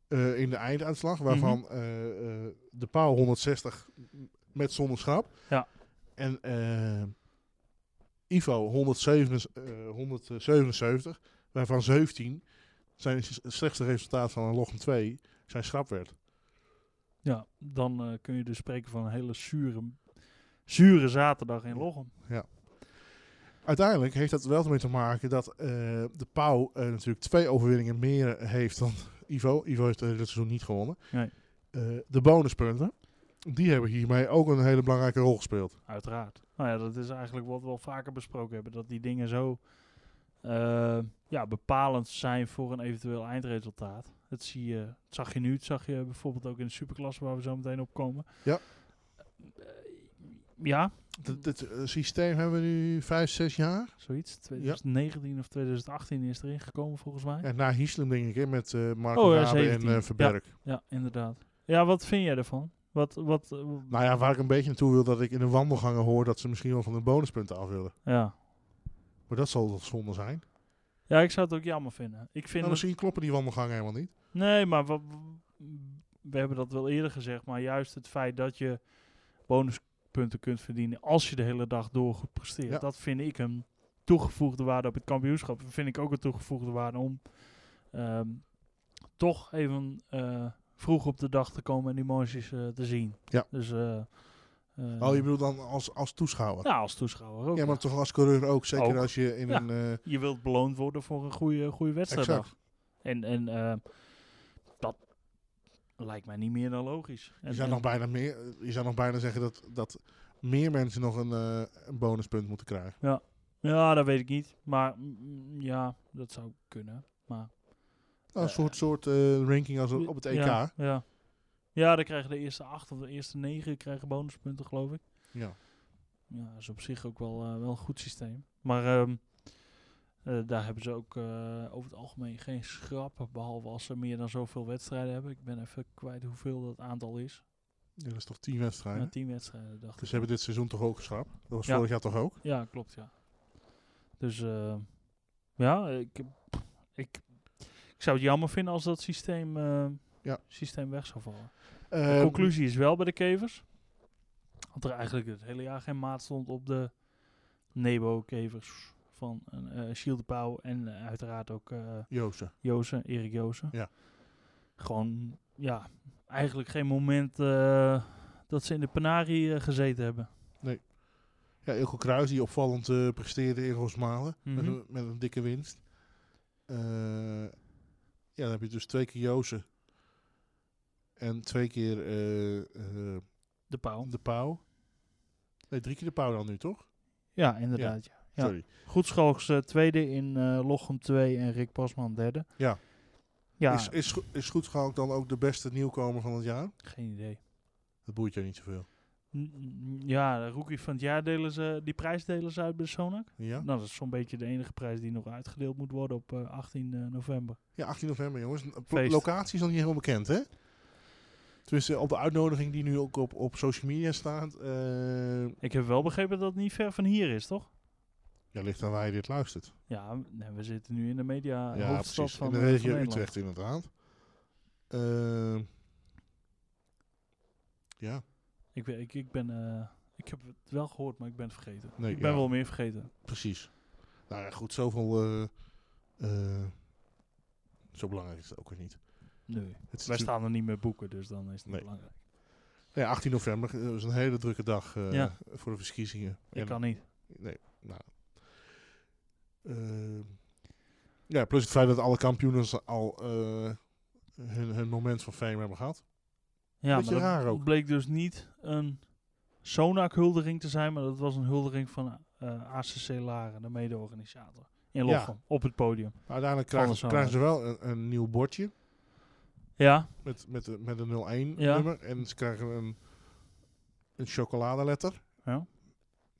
[SPEAKER 2] eh, in de
[SPEAKER 1] Mhm.
[SPEAKER 2] einduitslag. Waarvan eh, eh, de Pauw 160 met zonneschap.
[SPEAKER 1] Ja.
[SPEAKER 2] En eh, Ivo 177, eh, 177, waarvan 17 zijn s- het slechtste resultaat van een logum 2 zijn schrap werd.
[SPEAKER 1] Ja, dan eh, kun je dus spreken van een hele zure, zure zaterdag in Lochem.
[SPEAKER 2] Uiteindelijk heeft dat wel mee te maken dat eh, de Pauw eh, natuurlijk twee overwinningen meer heeft dan Ivo. Ivo heeft eh, dit seizoen niet gewonnen.
[SPEAKER 1] Nee.
[SPEAKER 2] Eh, de bonuspunten, die hebben hiermee ook een hele belangrijke rol gespeeld.
[SPEAKER 1] Uiteraard. Nou ja, dat is eigenlijk wat we al vaker besproken hebben. Dat die dingen zo eh, ja, bepalend zijn voor een eventueel eindresultaat. Dat, zie je, dat zag je nu, dat zag je bijvoorbeeld ook in de superklasse waar we zo meteen op komen.
[SPEAKER 2] Ja.
[SPEAKER 1] Eh, ja,
[SPEAKER 2] Dit, dit, eh, systeem hebben we nu vijf, zes jaar.
[SPEAKER 1] zoiets. 2019 of 2018 is erin gekomen volgens mij.
[SPEAKER 2] Ja, na Hieslem denk ik, hè, met eh Marco
[SPEAKER 1] Oh, ja,
[SPEAKER 2] Rabe en
[SPEAKER 1] 17.
[SPEAKER 2] eh, Verberg.
[SPEAKER 1] Ja, inderdaad. Ja, wat vind jij ervan? Wat, wat, eh,
[SPEAKER 2] Nou ja, waar ik een beetje naartoe wil, dat ik in de wandelgangen hoor dat ze misschien wel van de bonuspunten af willen.
[SPEAKER 1] ja.
[SPEAKER 2] Maar dat zal toch zonde zijn?
[SPEAKER 1] ja, ik zou het ook jammer vinden. Ik vind
[SPEAKER 2] Nou,
[SPEAKER 1] het-
[SPEAKER 2] misschien kloppen die wandelgangen helemaal niet.
[SPEAKER 1] Nee, maar wat, we hebben dat wel eerder gezegd. Maar juist het feit dat je bonuspunten kunt verdienen als je de hele dag door goed presteert.
[SPEAKER 2] Ja.
[SPEAKER 1] Dat vind ik een toegevoegde waarde op het kampioenschap. Dat vind ik ook een toegevoegde waarde om ehm, toch even eh, vroeg op de dag te komen en emoties eh, te zien.
[SPEAKER 2] Ja.
[SPEAKER 1] Dus, eh, eh,
[SPEAKER 2] Oh, je bedoelt dan als, als toeschouwer?
[SPEAKER 1] ja, als toeschouwer ook.
[SPEAKER 2] Ja, maar
[SPEAKER 1] ja.
[SPEAKER 2] toch als coureur ook. Zeker
[SPEAKER 1] Ook.
[SPEAKER 2] als je in
[SPEAKER 1] Ja.
[SPEAKER 2] een... eh,
[SPEAKER 1] Je wilt beloond worden voor een goede, goede wedstrijddag. En, en eh, dat lijkt mij niet meer dan logisch. En,
[SPEAKER 2] Je zou,
[SPEAKER 1] en-
[SPEAKER 2] nog bijna meer, je zou nog bijna zeggen dat, dat meer mensen nog een, eh, een bonuspunt moeten krijgen.
[SPEAKER 1] Ja, dat weet ik niet. Maar mm, ja, dat zou kunnen. Maar,
[SPEAKER 2] Nou, een
[SPEAKER 1] Eh,
[SPEAKER 2] soort, soort eh, ranking als op het EK.
[SPEAKER 1] Ja, ja. ja, dan krijgen de eerste acht of de eerste negen krijgen bonuspunten, geloof ik.
[SPEAKER 2] Ja.
[SPEAKER 1] Ja, dat is op zich ook wel, eh, wel een goed systeem. Maar ehm, eh, daar hebben ze ook eh, over het algemeen geen schrappen. Behalve als ze meer dan zoveel wedstrijden hebben. Ik ben even kwijt hoeveel dat aantal is.
[SPEAKER 2] Ja, dat is toch tien
[SPEAKER 1] Na
[SPEAKER 2] wedstrijden?
[SPEAKER 1] tien wedstrijden, dacht
[SPEAKER 2] Dus
[SPEAKER 1] ik.
[SPEAKER 2] ze hebben dit seizoen toch ook geschrapt? Dat was
[SPEAKER 1] Ja.
[SPEAKER 2] vorig jaar toch ook?
[SPEAKER 1] Ja, klopt, ja. Dus eh, ja, ik, ik, ik zou het jammer vinden als dat systeem, eh,
[SPEAKER 2] Ja.
[SPEAKER 1] systeem weg zou vallen.
[SPEAKER 2] Ehm,
[SPEAKER 1] de conclusie is wel bij de kevers. Dat er eigenlijk het hele jaar geen maat stond op de Nebo-kevers van eh Shield de Pauw en eh, uiteraard ook eh
[SPEAKER 2] Joosten.
[SPEAKER 1] Jozen, Erik Jozen.
[SPEAKER 2] Ja.
[SPEAKER 1] Gewoon, ja, eigenlijk geen moment eh, dat ze in de penarie eh, gezeten hebben.
[SPEAKER 2] Ja, Ilko Kruis die opvallend eh, presteerde in Rosmalen.
[SPEAKER 1] Mhm.
[SPEAKER 2] met, een, met een dikke winst. Eh, ja, dan heb je dus twee keer Jozen. En twee keer eh, eh,
[SPEAKER 1] De Pauw.
[SPEAKER 2] de Pauw. Nee, drie keer de Pauw dan nu, toch?
[SPEAKER 1] Ja, inderdaad. ja. Ja.
[SPEAKER 2] Sorry.
[SPEAKER 1] Goedschalks eh, tweede in eh Lochem 2 en Rick Pasman derde.
[SPEAKER 2] Ja.
[SPEAKER 1] Ja,
[SPEAKER 2] Is, is, Go- is Goedschalk dan ook de beste nieuwkomer van het jaar?
[SPEAKER 1] geen idee.
[SPEAKER 2] Dat boeit jou niet zoveel.
[SPEAKER 1] N- Ja, de rookie van het jaar delen ze, die prijs delen ze uit bij Sonak.
[SPEAKER 2] Ja?
[SPEAKER 1] Nou, dat is zo'n beetje de enige prijs die nog uitgedeeld moet worden op eh, 18 eh, november.
[SPEAKER 2] Ja, 18 november, jongens. Een pl-
[SPEAKER 1] Feest.
[SPEAKER 2] Locatie is nog niet helemaal bekend, hè? Tenminste, op de uitnodiging die nu ook op, op social media staat. eh,
[SPEAKER 1] Ik heb wel begrepen dat het niet ver van hier is, toch?
[SPEAKER 2] ja, ligt aan waar je dit luistert.
[SPEAKER 1] Ja, m- nee, we zitten nu in de media
[SPEAKER 2] ja,
[SPEAKER 1] hoofdstad van
[SPEAKER 2] In de
[SPEAKER 1] eh, van
[SPEAKER 2] regio
[SPEAKER 1] Nederland.
[SPEAKER 2] Utrecht, inderdaad. Ehm, ja,
[SPEAKER 1] Ik, weet- ik, ik ben... eh, ik heb het wel gehoord, maar ik ben het vergeten.
[SPEAKER 2] Nee,
[SPEAKER 1] ik ben
[SPEAKER 2] ja.
[SPEAKER 1] wel meer vergeten.
[SPEAKER 2] precies. Nou ja, goed, zoveel... eh, eh, zo belangrijk is het ook weer niet.
[SPEAKER 1] Nee.
[SPEAKER 2] Het is
[SPEAKER 1] Wij
[SPEAKER 2] natuurlijk-
[SPEAKER 1] staan er niet meer boeken, dus dan is het
[SPEAKER 2] Nee.
[SPEAKER 1] niet belangrijk.
[SPEAKER 2] nee, 18 november eh, is een hele drukke dag eh,
[SPEAKER 1] Ja.
[SPEAKER 2] voor de verkiezingen.
[SPEAKER 1] Ik
[SPEAKER 2] En-
[SPEAKER 1] kan niet.
[SPEAKER 2] Nee, nou. Ehm, ja, plus het feit dat alle kampioenen z- al eh, hun, hun moment van fame hebben gehad.
[SPEAKER 1] Ja,
[SPEAKER 2] Beetje
[SPEAKER 1] maar dat
[SPEAKER 2] raar ook.
[SPEAKER 1] bleek dus niet een Sonak-huldiging te zijn, maar dat was een huldiging van eh, ACC Laren, de mede-organisator. In
[SPEAKER 2] Ja.
[SPEAKER 1] Lochem, op het podium.
[SPEAKER 2] Maar uiteindelijk
[SPEAKER 1] Van de
[SPEAKER 2] krijgen,
[SPEAKER 1] zomer.
[SPEAKER 2] krijgen ze wel een, een nieuw bordje
[SPEAKER 1] Ja,
[SPEAKER 2] met, met, de- met een 01
[SPEAKER 1] Ja.
[SPEAKER 2] nummer. En ze krijgen een, een chocoladeletter
[SPEAKER 1] Ja.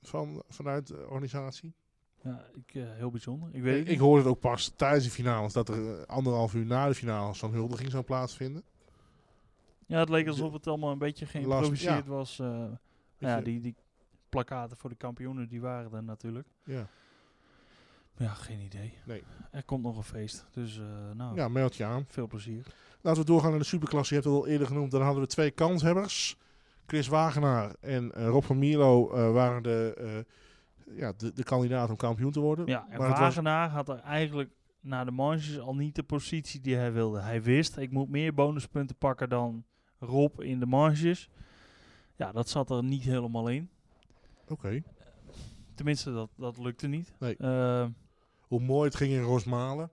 [SPEAKER 2] van, vanuit de organisatie.
[SPEAKER 1] ja ik, eh, heel bijzonder. Ik weet
[SPEAKER 2] Ik,
[SPEAKER 1] het niet.
[SPEAKER 2] hoorde het ook pas tijdens de finales dat er eh, anderhalf uur na de finales zo'n huldiging zou plaatsvinden.
[SPEAKER 1] Ja, het leek alsof het allemaal een beetje geïmproviseerd was. eh, nou ja,
[SPEAKER 2] je-
[SPEAKER 1] die, die plakkaten voor de kampioenen, die waren er natuurlijk.
[SPEAKER 2] Ja,
[SPEAKER 1] Maar ja, geen idee.
[SPEAKER 2] Nee.
[SPEAKER 1] Er komt nog een feest, dus eh, nou,
[SPEAKER 2] ja meld je aan.
[SPEAKER 1] veel plezier.
[SPEAKER 2] Laten we doorgaan naar de superklasse. Je hebt het al eerder genoemd. Dan hadden we twee kanshebbers. Chris Wagenaar en eh, Rob van Mierlo eh, waren de, eh, ja, de, de kandidaat om kampioen te worden.
[SPEAKER 1] Ja, en
[SPEAKER 2] maar het was-
[SPEAKER 1] Wagenaar had er eigenlijk na de manches al niet de positie die hij wilde. Hij wist, ik moet meer bonuspunten pakken dan Rob in de manches. Ja, dat zat er niet helemaal in.
[SPEAKER 2] Oké.
[SPEAKER 1] Tenminste, dat, dat lukte niet.
[SPEAKER 2] Nee.
[SPEAKER 1] Eh,
[SPEAKER 2] Hoe mooi het ging in Rosmalen.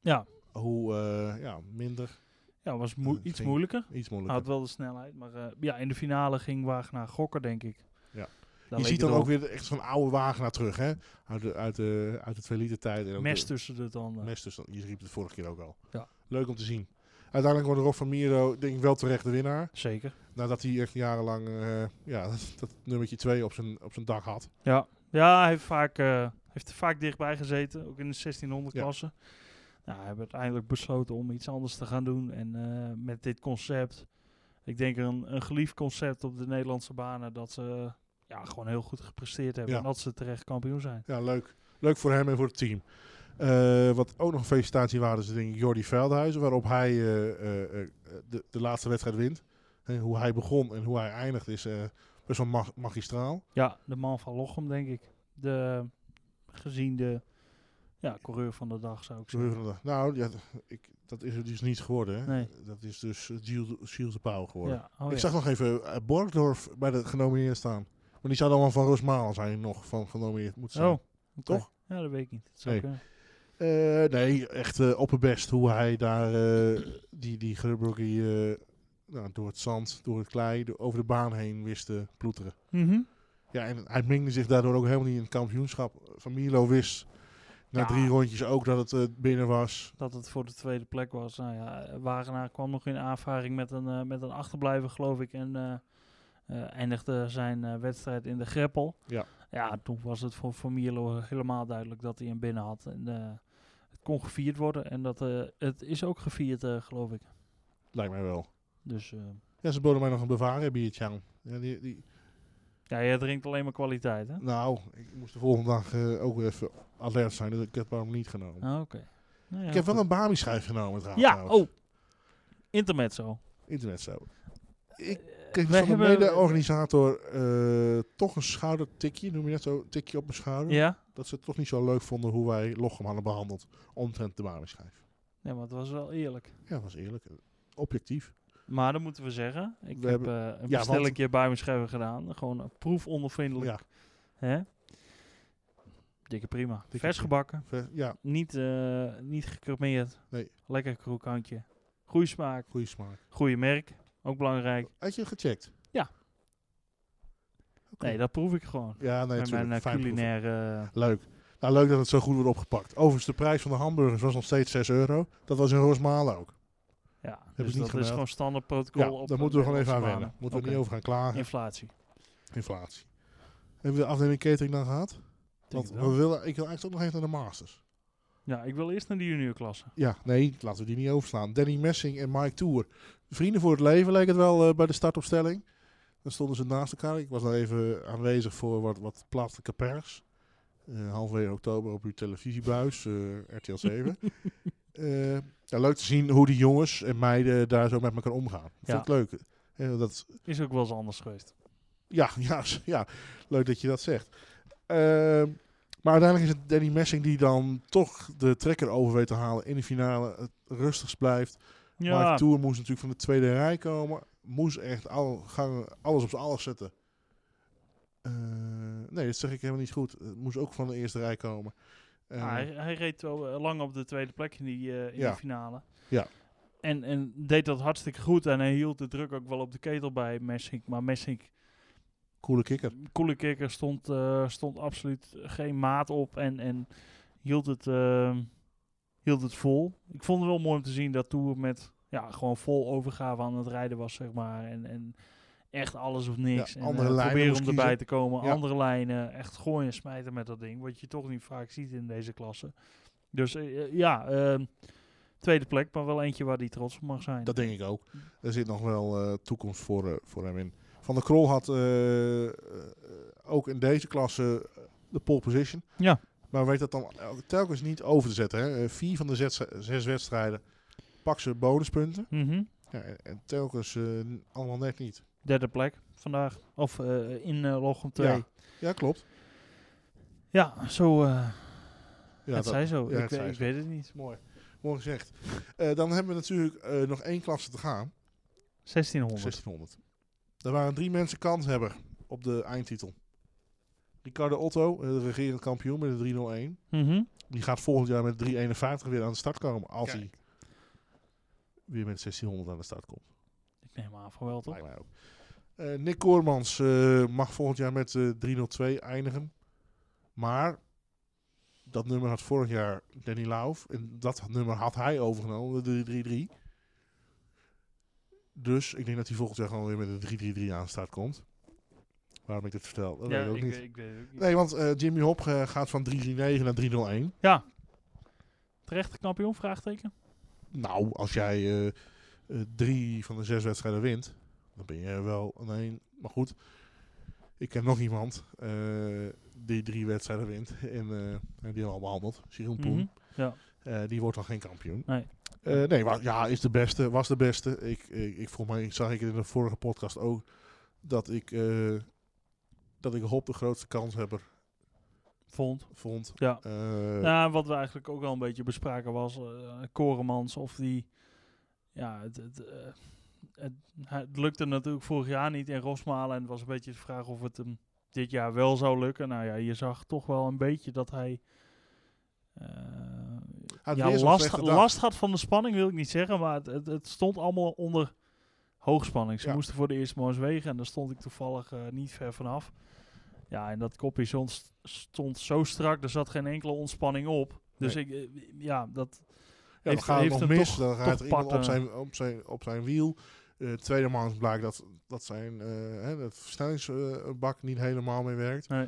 [SPEAKER 1] ja,
[SPEAKER 2] Hoe eh, ja, minder.
[SPEAKER 1] ja, was moe-
[SPEAKER 2] Eh,
[SPEAKER 1] iets
[SPEAKER 2] ging-
[SPEAKER 1] moeilijker.
[SPEAKER 2] Iets
[SPEAKER 1] Hij
[SPEAKER 2] moeilijker.
[SPEAKER 1] had wel de snelheid, maar eh, ja, in de finale ging Wagenaar gokken, denk ik.
[SPEAKER 2] Ja.
[SPEAKER 1] Daar
[SPEAKER 2] je
[SPEAKER 1] leek
[SPEAKER 2] ziet
[SPEAKER 1] het
[SPEAKER 2] dan ook
[SPEAKER 1] op.
[SPEAKER 2] weer echt zo'n oude Wagenaar terug. Hè? Uit, de, uit, de, uit de twee liter tijd. En ook
[SPEAKER 1] mes
[SPEAKER 2] de-
[SPEAKER 1] tussen de tanden.
[SPEAKER 2] mes dus. Je riep het vorige keer ook al.
[SPEAKER 1] Ja.
[SPEAKER 2] Leuk om te zien. Uiteindelijk wordt Rob van Mierlo denk ik wel terecht de winnaar.
[SPEAKER 1] Zeker.
[SPEAKER 2] Nadat hij echt jarenlang eh, ja, dat, dat nummertje 2 op zijn, op zijn dak had.
[SPEAKER 1] Ja, ja hij heeft, vaak, eh, heeft er vaak dichtbij gezeten, ook in de 1600
[SPEAKER 2] Ja.
[SPEAKER 1] klasse. Nou, hij heeft uiteindelijk besloten om iets anders te gaan doen. En eh, met dit concept, ik denk een, een geliefd concept op de Nederlandse banen, dat ze eh, ja, gewoon heel goed gepresteerd hebben
[SPEAKER 2] Ja.
[SPEAKER 1] en dat ze terecht kampioen zijn.
[SPEAKER 2] Ja, leuk. Leuk voor hem en voor het team. Eh, wat ook nog een felicitatie waren, is denk ik Jordi Veldhuizen, waarop hij eh, eh, eh, de, de laatste wedstrijd wint. En hoe hij begon en hoe hij eindigt is eh, best wel mag- magistraal.
[SPEAKER 1] Ja, de man van Lochem, denk ik. De, gezien de ja, coureur van de dag, zou ik
[SPEAKER 2] Zo heel
[SPEAKER 1] zeggen.
[SPEAKER 2] van de- Nou, ja, ik, dat is het dus niet geworden. Hè?
[SPEAKER 1] Nee.
[SPEAKER 2] Dat is dus eh, Gilles Gilles de Pauw geworden.
[SPEAKER 1] Ja, oh
[SPEAKER 2] ik
[SPEAKER 1] ja.
[SPEAKER 2] zag nog even eh, Borgdorf bij de genomineerden staan. Maar die zou dan wel van Rosmalen zijn nog van genomineerd moeten zijn.
[SPEAKER 1] Oh, oké.
[SPEAKER 2] Toch?
[SPEAKER 1] Ja, dat weet ik niet. Het zou
[SPEAKER 2] Nee.
[SPEAKER 1] kunnen.
[SPEAKER 2] Eh, nee, echt eh, op het best hoe hij daar eh, die, die Grubbergy nou, door het zand, door het klei, door- over de baan heen wist te ploeteren.
[SPEAKER 1] Mhm.
[SPEAKER 2] Ja, en hij mengde zich daardoor ook helemaal niet in het kampioenschap. Van Milo wist na
[SPEAKER 1] Ja.
[SPEAKER 2] drie rondjes ook dat het eh, binnen was.
[SPEAKER 1] dat het voor de tweede plek was. Nou ja, Wagenaar kwam nog in aanvaring met een, eh, met een achterblijver, geloof ik. En eh, eh, eindigde zijn eh, wedstrijd in de greppel.
[SPEAKER 2] Ja.
[SPEAKER 1] ja, toen was het voor Van Mierlo helemaal duidelijk dat hij hem binnen had. En, eh, het kon gevierd worden en dat, eh, het is ook gevierd, eh, geloof ik.
[SPEAKER 2] Lijkt mij wel.
[SPEAKER 1] Dus eh,
[SPEAKER 2] Ja, ze boden mij nog een Bavaria biertje aan. Ja, die, die,
[SPEAKER 1] ja, jij drinkt alleen maar kwaliteit, hè?
[SPEAKER 2] nou, ik moest de volgende dag eh, ook even alert zijn, dus ik heb hem niet genomen.
[SPEAKER 1] Ah, Oké. Nou ja,
[SPEAKER 2] ik heb wel
[SPEAKER 1] goed.
[SPEAKER 2] een Bami-schijf genomen trouwens.
[SPEAKER 1] Ja, oh. Intermezzo.
[SPEAKER 2] Internet zo. Ik
[SPEAKER 1] Eh,
[SPEAKER 2] kreeg
[SPEAKER 1] wij
[SPEAKER 2] van de
[SPEAKER 1] hebben-
[SPEAKER 2] mede-organisator eh, toch een schoudertikje, noem je net zo, een tikje op mijn schouder.
[SPEAKER 1] Ja?
[SPEAKER 2] Dat ze het toch niet zo leuk vonden hoe wij Lochem hadden behandeld omtrent de Bami-schijf.
[SPEAKER 1] Nee, maar het was wel eerlijk.
[SPEAKER 2] Ja, dat was eerlijk. eh, Objectief.
[SPEAKER 1] Maar dat moeten we zeggen. Ik heb
[SPEAKER 2] We hebben-
[SPEAKER 1] eh een
[SPEAKER 2] ja,
[SPEAKER 1] bestelling keer bij me schrijven gedaan. Gewoon een proefondervindelijk.
[SPEAKER 2] Ja,
[SPEAKER 1] Hè? Dikke prima.
[SPEAKER 2] Dikke
[SPEAKER 1] Vers
[SPEAKER 2] prima.
[SPEAKER 1] gebakken.
[SPEAKER 2] ver- ja,
[SPEAKER 1] Niet, eh niet gecremeerd.
[SPEAKER 2] Nee.
[SPEAKER 1] Lekker krokantje. Goeie smaak.
[SPEAKER 2] goede smaak.
[SPEAKER 1] Goeie merk. Ook belangrijk.
[SPEAKER 2] Had je het gecheckt?
[SPEAKER 1] Ja.
[SPEAKER 2] Oké.
[SPEAKER 1] Nee, dat proef ik gewoon.
[SPEAKER 2] Ja, nee,
[SPEAKER 1] Met mijn
[SPEAKER 2] natuurlijk.
[SPEAKER 1] eh,
[SPEAKER 2] Fijn proeven.
[SPEAKER 1] culinaire... eh,
[SPEAKER 2] Leuk. Nou, leuk dat het zo goed wordt opgepakt. Overigens, de prijs van de hamburgers was nog steeds 6 euro. Dat was in Roosmalen ook.
[SPEAKER 1] ja,
[SPEAKER 2] ik
[SPEAKER 1] dus
[SPEAKER 2] niet
[SPEAKER 1] dat is
[SPEAKER 2] gemeld.
[SPEAKER 1] gewoon standaard protocol.
[SPEAKER 2] Ja,
[SPEAKER 1] op
[SPEAKER 2] daar
[SPEAKER 1] eh,
[SPEAKER 2] moeten we gewoon even aan
[SPEAKER 1] Nederlandse
[SPEAKER 2] wennen. Moeten we
[SPEAKER 1] banen.
[SPEAKER 2] niet over gaan klagen.
[SPEAKER 1] Oké. Inflatie.
[SPEAKER 2] Inflatie. Hebben we de afdeling catering dan gehad? Want
[SPEAKER 1] Denk het
[SPEAKER 2] we
[SPEAKER 1] wel.
[SPEAKER 2] willen, ik wil eigenlijk ook nog even naar de Masters.
[SPEAKER 1] Ja, ik wil eerst naar de juniorklasse.
[SPEAKER 2] Ja, nee, laten we die niet overslaan. Danny Messing en Mike Tour. Vrienden voor het leven leek het wel eh, bij de startopstelling. Dan stonden ze naast elkaar. Ik was nog even aanwezig voor wat, wat plaatselijke pers. Eh, halverwege oktober op uw televisiebuis, eh, RTL 7. Eh, ja, leuk te zien hoe die jongens en meiden daar zo met elkaar omgaan.
[SPEAKER 1] Ja.
[SPEAKER 2] Vond ik leuk. Eh, dat
[SPEAKER 1] Is ook wel eens anders geweest.
[SPEAKER 2] Ja, ja, s- ja, leuk dat je dat zegt. Ehm, maar uiteindelijk is het Danny Messing die dan toch de trekker over weet te halen in de finale. Het rustigst blijft. Maar
[SPEAKER 1] Ja,
[SPEAKER 2] Mike Tour moest natuurlijk van de tweede rij komen. Moest echt al, gaan, alles op zijn alles zetten. Eh, nee, dat zeg ik helemaal niet goed. Het moest ook van de eerste rij komen. Eh,
[SPEAKER 1] Ah, hij, hij reed wel eh, lang op de tweede plek in die, eh, in
[SPEAKER 2] Ja.
[SPEAKER 1] die finale.
[SPEAKER 2] Ja.
[SPEAKER 1] En, en deed dat hartstikke goed. En hij hield de druk ook wel op de ketel bij Messink. Maar Messink,
[SPEAKER 2] coole kikker.
[SPEAKER 1] coole kikker, stond, eh, stond absoluut geen maat op. En, en hield, het, eh, hield het vol. Ik vond het wel mooi om te zien dat Tour met ja, gewoon vol overgave aan het rijden was, zeg maar. En, en echt alles of niks.
[SPEAKER 2] Ja,
[SPEAKER 1] en,
[SPEAKER 2] andere
[SPEAKER 1] eh,
[SPEAKER 2] lijnen
[SPEAKER 1] proberen om
[SPEAKER 2] moest
[SPEAKER 1] erbij
[SPEAKER 2] kiezen.
[SPEAKER 1] te komen.
[SPEAKER 2] Ja.
[SPEAKER 1] Andere lijnen. Echt gooien en smijten met dat ding. Wat je toch niet vaak ziet in deze klasse. Dus eh, eh, ja, ehm, tweede plek, maar wel eentje waar hij trots op mag zijn.
[SPEAKER 2] Dat denk ik ook. Er zit nog wel eh, toekomst voor, eh, voor hem in. Van der Krol had eh, eh, ook in deze klasse eh, de pole position.
[SPEAKER 1] Ja.
[SPEAKER 2] Maar weet dat dan ook telkens niet over te zetten. Hè? Eh, Vier van de zes, zes wedstrijden pak ze bonuspunten.
[SPEAKER 1] Mhm.
[SPEAKER 2] Ja, en, en telkens eh, n- allemaal net niet.
[SPEAKER 1] Derde plek vandaag. Of eh, in eh Logum 2.
[SPEAKER 2] Ja. Ja, klopt.
[SPEAKER 1] Ja, zo. eh het
[SPEAKER 2] Ja, dat-
[SPEAKER 1] zij zo.
[SPEAKER 2] ja,
[SPEAKER 1] ik
[SPEAKER 2] het
[SPEAKER 1] we-
[SPEAKER 2] zij
[SPEAKER 1] ik
[SPEAKER 2] zo.
[SPEAKER 1] weet het niet.
[SPEAKER 2] Mooi. Mooi gezegd. Eh, dan hebben we natuurlijk eh, nog één klasse te gaan.
[SPEAKER 1] 1600.
[SPEAKER 2] 1600. Er waren drie mensen kanshebber op de eindtitel. Ricardo Otto, eh, de regerend kampioen met de 301.
[SPEAKER 1] Mhm.
[SPEAKER 2] Die gaat volgend jaar met 3,51 weer aan de start komen. Als
[SPEAKER 1] Kijk.
[SPEAKER 2] hij weer met 1600 aan de start komt.
[SPEAKER 1] Ik neem aan van wel toch?
[SPEAKER 2] Lijkt mij ook. Eh, Nick Koormans eh, mag volgend jaar met eh 302 eindigen. Maar dat nummer had vorig jaar Danny Lauf. En dat nummer had hij overgenomen, de 333. Dus ik denk dat hij volgend jaar gewoon weer met een 333 aan de start komt. Waarom ik dit vertel, dat weet ik ook niet.
[SPEAKER 1] weet- ik weet het ook niet.
[SPEAKER 2] Nee, want eh, Jimmy Hop eh, gaat van 339 naar 301.
[SPEAKER 1] Ja. Terechte kampioen? Vraagteken.
[SPEAKER 2] Nou, als jij eh, eh, drie van de zes wedstrijden wint, dan ben je wel alleen. Maar goed, ik ken nog iemand eh, die drie wedstrijden wint en, eh, en die hebben we al behandeld. Jeroen Poen,
[SPEAKER 1] Mhm. Ja.
[SPEAKER 2] Eh, die wordt dan geen kampioen.
[SPEAKER 1] Nee.
[SPEAKER 2] Eh, nee, wa- ja, is de beste, was de beste. Ik, ik, ik volgens mij zag ik het in de vorige podcast ook dat ik eh, dat ik Hop de grootste kanshebber
[SPEAKER 1] Vond.
[SPEAKER 2] vond.
[SPEAKER 1] Ja.
[SPEAKER 2] Eh,
[SPEAKER 1] Ja, wat we eigenlijk ook wel een beetje bespraken was eh Koremans of die. Ja, het, het, eh, het, het lukte natuurlijk vorig jaar niet in Rosmalen. En het was een beetje de vraag of het hem dit jaar wel zou lukken. Nou ja, je zag toch wel een beetje dat hij. eh,
[SPEAKER 2] had
[SPEAKER 1] ja,
[SPEAKER 2] weer zo'n
[SPEAKER 1] last,
[SPEAKER 2] slechte dag.
[SPEAKER 1] last had van de spanning, wil ik niet zeggen. Maar het, het, het stond allemaal onder hoogspanning. Ze
[SPEAKER 2] Ja.
[SPEAKER 1] moesten voor de eerste maal eens wegen. En daar stond ik toevallig eh, niet ver vanaf. Ja, en dat kopje stond, stond zo strak. Er zat geen enkele ontspanning op. Dus ik, eh, ja, dat
[SPEAKER 2] Ja,
[SPEAKER 1] heeft,
[SPEAKER 2] dan gaat het
[SPEAKER 1] heeft
[SPEAKER 2] nog
[SPEAKER 1] hem
[SPEAKER 2] mis.
[SPEAKER 1] toch...
[SPEAKER 2] dan gaat er
[SPEAKER 1] toch
[SPEAKER 2] iemand op
[SPEAKER 1] parten.
[SPEAKER 2] zijn, op, zijn, op zijn wiel. Eh tweede maand blijkt dat, dat zijn eh, hè, dat versnellingsbak niet helemaal mee werkt.
[SPEAKER 1] Nee.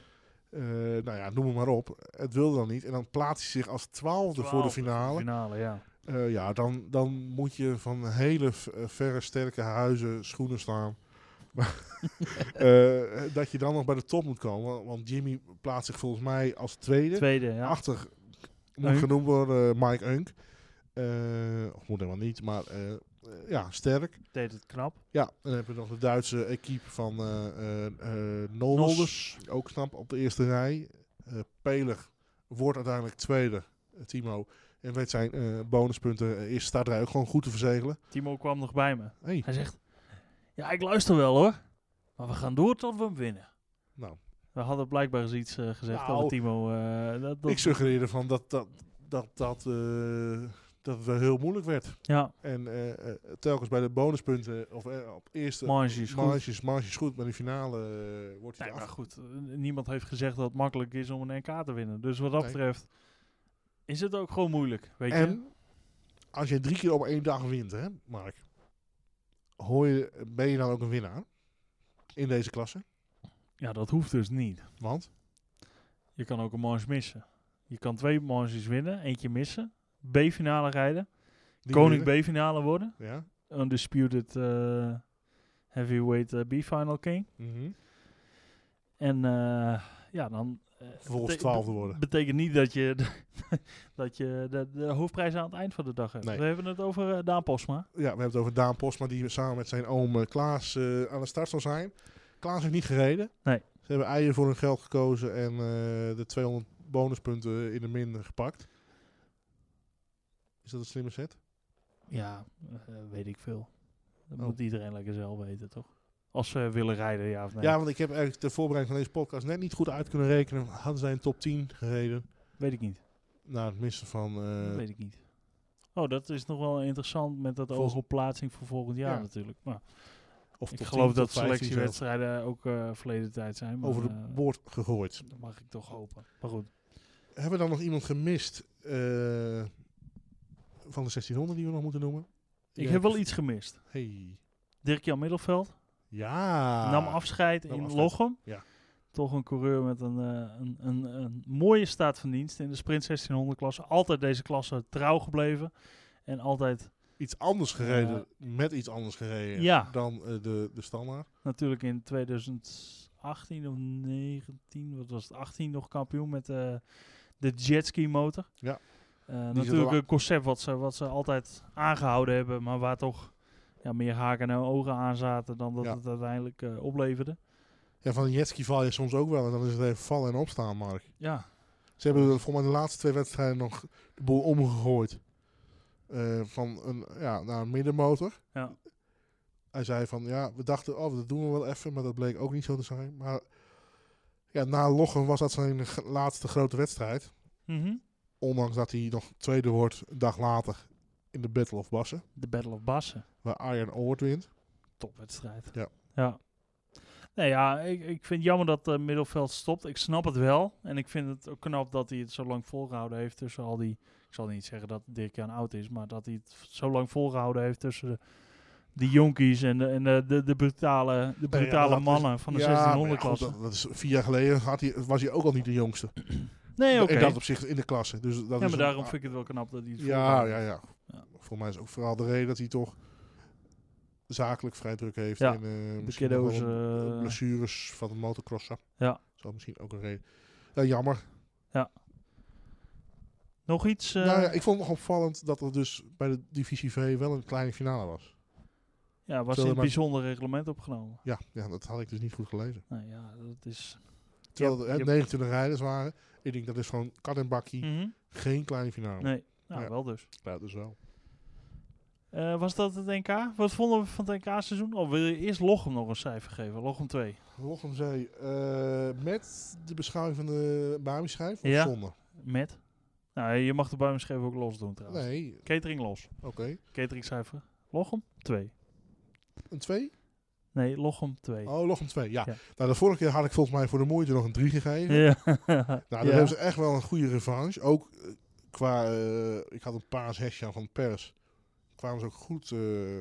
[SPEAKER 2] Eh, nou ja, noem het maar op. Het wilde dan niet. En dan plaatst hij zich als twaalfde, voor de
[SPEAKER 1] Twaalfde,
[SPEAKER 2] finale.
[SPEAKER 1] Finale, ja.
[SPEAKER 2] Eh, ja, dan, dan moet je van hele v- eh, verre sterke huizen schoenen staan. Maar, eh, dat je dan nog bij de top moet komen. Want- Want Jimmy plaatst zich volgens mij als tweede.
[SPEAKER 1] Tweede, ja.
[SPEAKER 2] Achter moet
[SPEAKER 1] Unk.
[SPEAKER 2] genoemd worden eh, Mike Unk. Eh, of moet helemaal niet, maar eh, eh, ja, sterk.
[SPEAKER 1] Deed het knap.
[SPEAKER 2] Ja, en dan heb je nog de Duitse equipe van eh eh, eh, Nolders.
[SPEAKER 1] Nolders.
[SPEAKER 2] Ook knap op de eerste rij. Eh Pelig wordt uiteindelijk tweede, eh, Timo. En weet zijn eh, bonuspunten eh, eerste startrij ook gewoon goed te verzegelen.
[SPEAKER 1] Timo kwam nog bij me.
[SPEAKER 2] Hey,
[SPEAKER 1] Hij zegt, ja, ik luister wel hoor. Maar we gaan door tot we hem winnen.
[SPEAKER 2] nou,
[SPEAKER 1] We hadden blijkbaar eens iets eh, gezegd
[SPEAKER 2] Nou,
[SPEAKER 1] over Timo. eh, dat, dat-
[SPEAKER 2] ik suggereerde van dat, dat, dat, dat, eh, dat het wel heel moeilijk werd.
[SPEAKER 1] ja,
[SPEAKER 2] En eh, eh, telkens bij de bonuspunten, of eh, op eerste
[SPEAKER 1] marge is goed.
[SPEAKER 2] Marges, marges goed, maar in de finale eh, wordt hij
[SPEAKER 1] Nee, maar
[SPEAKER 2] af.
[SPEAKER 1] goed, eh, niemand heeft gezegd dat het makkelijk is om een NK te winnen. Dus wat dat
[SPEAKER 2] Nee.
[SPEAKER 1] betreft is het ook gewoon moeilijk, weet je?
[SPEAKER 2] En als je drie keer op één dag wint, hè, Mark, hoor je, ben je dan ook een winnaar in deze klasse?
[SPEAKER 1] Ja, dat hoeft dus niet.
[SPEAKER 2] Want
[SPEAKER 1] Je kan ook een marge missen. Je kan twee marges winnen, eentje missen. B-finale rijden.
[SPEAKER 2] die
[SPEAKER 1] Koning
[SPEAKER 2] winnen-
[SPEAKER 1] B-finale worden.
[SPEAKER 2] Ja.
[SPEAKER 1] Undisputed eh, heavyweight eh, B-final king.
[SPEAKER 2] Mhm.
[SPEAKER 1] En eh, ja, dan... eh,
[SPEAKER 2] Vervolgens
[SPEAKER 1] bete-
[SPEAKER 2] twaalfde worden.
[SPEAKER 1] betekent niet dat je, dat je de, de hoofdprijs aan het eind van de dag hebt.
[SPEAKER 2] Nee.
[SPEAKER 1] We hebben het over eh, Daan Posma.
[SPEAKER 2] Ja, we hebben het over Daan Posma, die samen met zijn oom eh, Klaas eh, aan de start zal zijn. Klaas heeft niet gereden.
[SPEAKER 1] Nee.
[SPEAKER 2] Ze hebben eieren voor hun geld gekozen en eh, de 200 bonuspunten in de min gepakt. Is dat een slimme set?
[SPEAKER 1] Ja, eh, weet ik veel. Dat
[SPEAKER 2] Oh.
[SPEAKER 1] moet iedereen lekker zelf weten, toch? Als ze willen rijden, ja of nee.
[SPEAKER 2] Ja, want ik heb eigenlijk de voorbereiding van deze podcast net niet goed uit kunnen rekenen. Hadden zij een top 10 gereden?
[SPEAKER 1] Weet ik niet.
[SPEAKER 2] Nou, het missen van... eh,
[SPEAKER 1] Dat weet ik niet. Oh, dat is nog wel interessant met dat
[SPEAKER 2] Volgens-
[SPEAKER 1] oog op plaatsing voor volgend jaar
[SPEAKER 2] Ja.
[SPEAKER 1] natuurlijk. Maar
[SPEAKER 2] of
[SPEAKER 1] ik
[SPEAKER 2] top
[SPEAKER 1] geloof
[SPEAKER 2] 10,
[SPEAKER 1] dat
[SPEAKER 2] top 15 zelfs,
[SPEAKER 1] selectiewedstrijden ook eh, verleden tijd zijn. Maar,
[SPEAKER 2] Over de
[SPEAKER 1] eh,
[SPEAKER 2] boord gegooid.
[SPEAKER 1] dat mag ik toch hopen. Maar goed.
[SPEAKER 2] Hebben we dan nog iemand gemist eh, van de 1600 die we nog moeten noemen?
[SPEAKER 1] Ik
[SPEAKER 2] Ja,
[SPEAKER 1] heb wel iets gemist.
[SPEAKER 2] Hey.
[SPEAKER 1] Dirk-Jan Middelveld.
[SPEAKER 2] Ja.
[SPEAKER 1] nam afscheid
[SPEAKER 2] nam
[SPEAKER 1] in
[SPEAKER 2] Ah, afscheid.
[SPEAKER 1] Lochem.
[SPEAKER 2] Ja.
[SPEAKER 1] Toch een coureur met een, eh, een, een, een mooie staat van dienst in de sprint 1600 klasse. Altijd deze klasse trouw gebleven. En altijd
[SPEAKER 2] Iets anders gereden, met iets anders gereden
[SPEAKER 1] Ja.
[SPEAKER 2] dan eh, de, de standaard.
[SPEAKER 1] natuurlijk in 2018 of 19, wat was het, 18 nog kampioen met eh, de jetski motor.
[SPEAKER 2] Ja.
[SPEAKER 1] Eh,
[SPEAKER 2] zat
[SPEAKER 1] natuurlijk
[SPEAKER 2] al-
[SPEAKER 1] een concept wat ze, wat ze altijd aangehouden hebben, maar waar toch ja, meer haken en ogen aan zaten dan dat
[SPEAKER 2] Ja.
[SPEAKER 1] het uiteindelijk eh, opleverde.
[SPEAKER 2] Ja, van een jetski val je soms ook wel en dan is het even vallen en opstaan, Mark.
[SPEAKER 1] Ja,
[SPEAKER 2] Ze hebben er voor mij de laatste twee wedstrijden nog de boel omgegooid. Eh, van een, ja, naar een middenmotor.
[SPEAKER 1] Ja.
[SPEAKER 2] Hij zei van, ja, we dachten, oh, dat doen we wel even, maar dat bleek ook niet zo te zijn. Maar ja, na Loggen was dat zijn g- laatste grote wedstrijd.
[SPEAKER 1] Mhm.
[SPEAKER 2] Ondanks dat hij nog tweede wordt een dag later in de Battle of Bassen,
[SPEAKER 1] de Battle of Bassen.
[SPEAKER 2] waar Iron Oort wint.
[SPEAKER 1] topwedstrijd.
[SPEAKER 2] Ja.
[SPEAKER 1] ja. Nee, ja, ik, ik vind het jammer dat eh middelveld stopt. Ik snap het wel. En ik vind het ook knap dat hij het zo lang volgehouden heeft tussen al die... Ik zal niet zeggen dat Dirk Jan oud is, maar dat hij het zo lang volgehouden heeft tussen de, die jonkies en de, en de, de, de brutale, de
[SPEAKER 2] ja,
[SPEAKER 1] brutale
[SPEAKER 2] dat is-
[SPEAKER 1] mannen van de
[SPEAKER 2] Ja, maar ja,
[SPEAKER 1] 1600
[SPEAKER 2] goed,
[SPEAKER 1] klasse.
[SPEAKER 2] dat, dat is vier jaar geleden had hij, was hij ook al niet de jongste.
[SPEAKER 1] nee, oké.
[SPEAKER 2] In dat opzicht in de klasse. Dus dat
[SPEAKER 1] Ja,
[SPEAKER 2] is
[SPEAKER 1] maar
[SPEAKER 2] een-
[SPEAKER 1] daarom vind ik het wel knap dat hij het
[SPEAKER 2] Ja,
[SPEAKER 1] volhoudt.
[SPEAKER 2] ja, ja.
[SPEAKER 1] Ja.
[SPEAKER 2] Voor mij is ook vooral de reden dat hij toch zakelijk vrij druk heeft.
[SPEAKER 1] Ja,
[SPEAKER 2] En, eh,
[SPEAKER 1] De
[SPEAKER 2] misschien nog
[SPEAKER 1] kiddo's...
[SPEAKER 2] wel wat, eh,
[SPEAKER 1] eh,
[SPEAKER 2] blessures van de motocrossen.
[SPEAKER 1] Ja.
[SPEAKER 2] Zo misschien ook een reden. Ja, jammer.
[SPEAKER 1] nog iets? eh,
[SPEAKER 2] nou ja, ik vond het nog opvallend dat er dus bij de divisie V wel een kleine finale was.
[SPEAKER 1] ja, was in
[SPEAKER 2] zullen we
[SPEAKER 1] het
[SPEAKER 2] maar-
[SPEAKER 1] bijzonder reglement opgenomen.
[SPEAKER 2] Ja, ja dat had ik dus niet goed gelezen.
[SPEAKER 1] Nou ja, dat is...
[SPEAKER 2] Terwijl er hè,
[SPEAKER 1] ja.
[SPEAKER 2] 29 rijders waren. Ik denk dat is gewoon kat en bakkie.
[SPEAKER 1] Mhm.
[SPEAKER 2] Geen kleine finale.
[SPEAKER 1] Nee, nou
[SPEAKER 2] Ja.
[SPEAKER 1] wel dus.
[SPEAKER 2] Ja, dat is wel.
[SPEAKER 1] Eh, was dat het NK? Wat vonden we van het NK-seizoen? Of Oh, wil je eerst Lochem nog een cijfer geven? Lochem 2.
[SPEAKER 2] Lochem eh met de beschouwing van de Bami-schijf of
[SPEAKER 1] Ja.
[SPEAKER 2] zonder?
[SPEAKER 1] Met? Nou, je mag de buimschreef ook los doen trouwens.
[SPEAKER 2] Nee,
[SPEAKER 1] Catering los.
[SPEAKER 2] oké.
[SPEAKER 1] Cateringcijfer. Lochem 2.
[SPEAKER 2] Een 2?
[SPEAKER 1] Nee, Lochem 2.
[SPEAKER 2] Oh, Lochem 2, ja.
[SPEAKER 1] Ja.
[SPEAKER 2] Nou, de vorige keer had ik volgens mij voor de moeite nog een 3 gegeven.
[SPEAKER 1] Ja.
[SPEAKER 2] Nou,
[SPEAKER 1] Ja.
[SPEAKER 2] daar hebben ze echt wel een goede revanche. Ook eh, qua, eh, ik had een paars hesje aan van Pers. Kwamen ze ook goed, eh,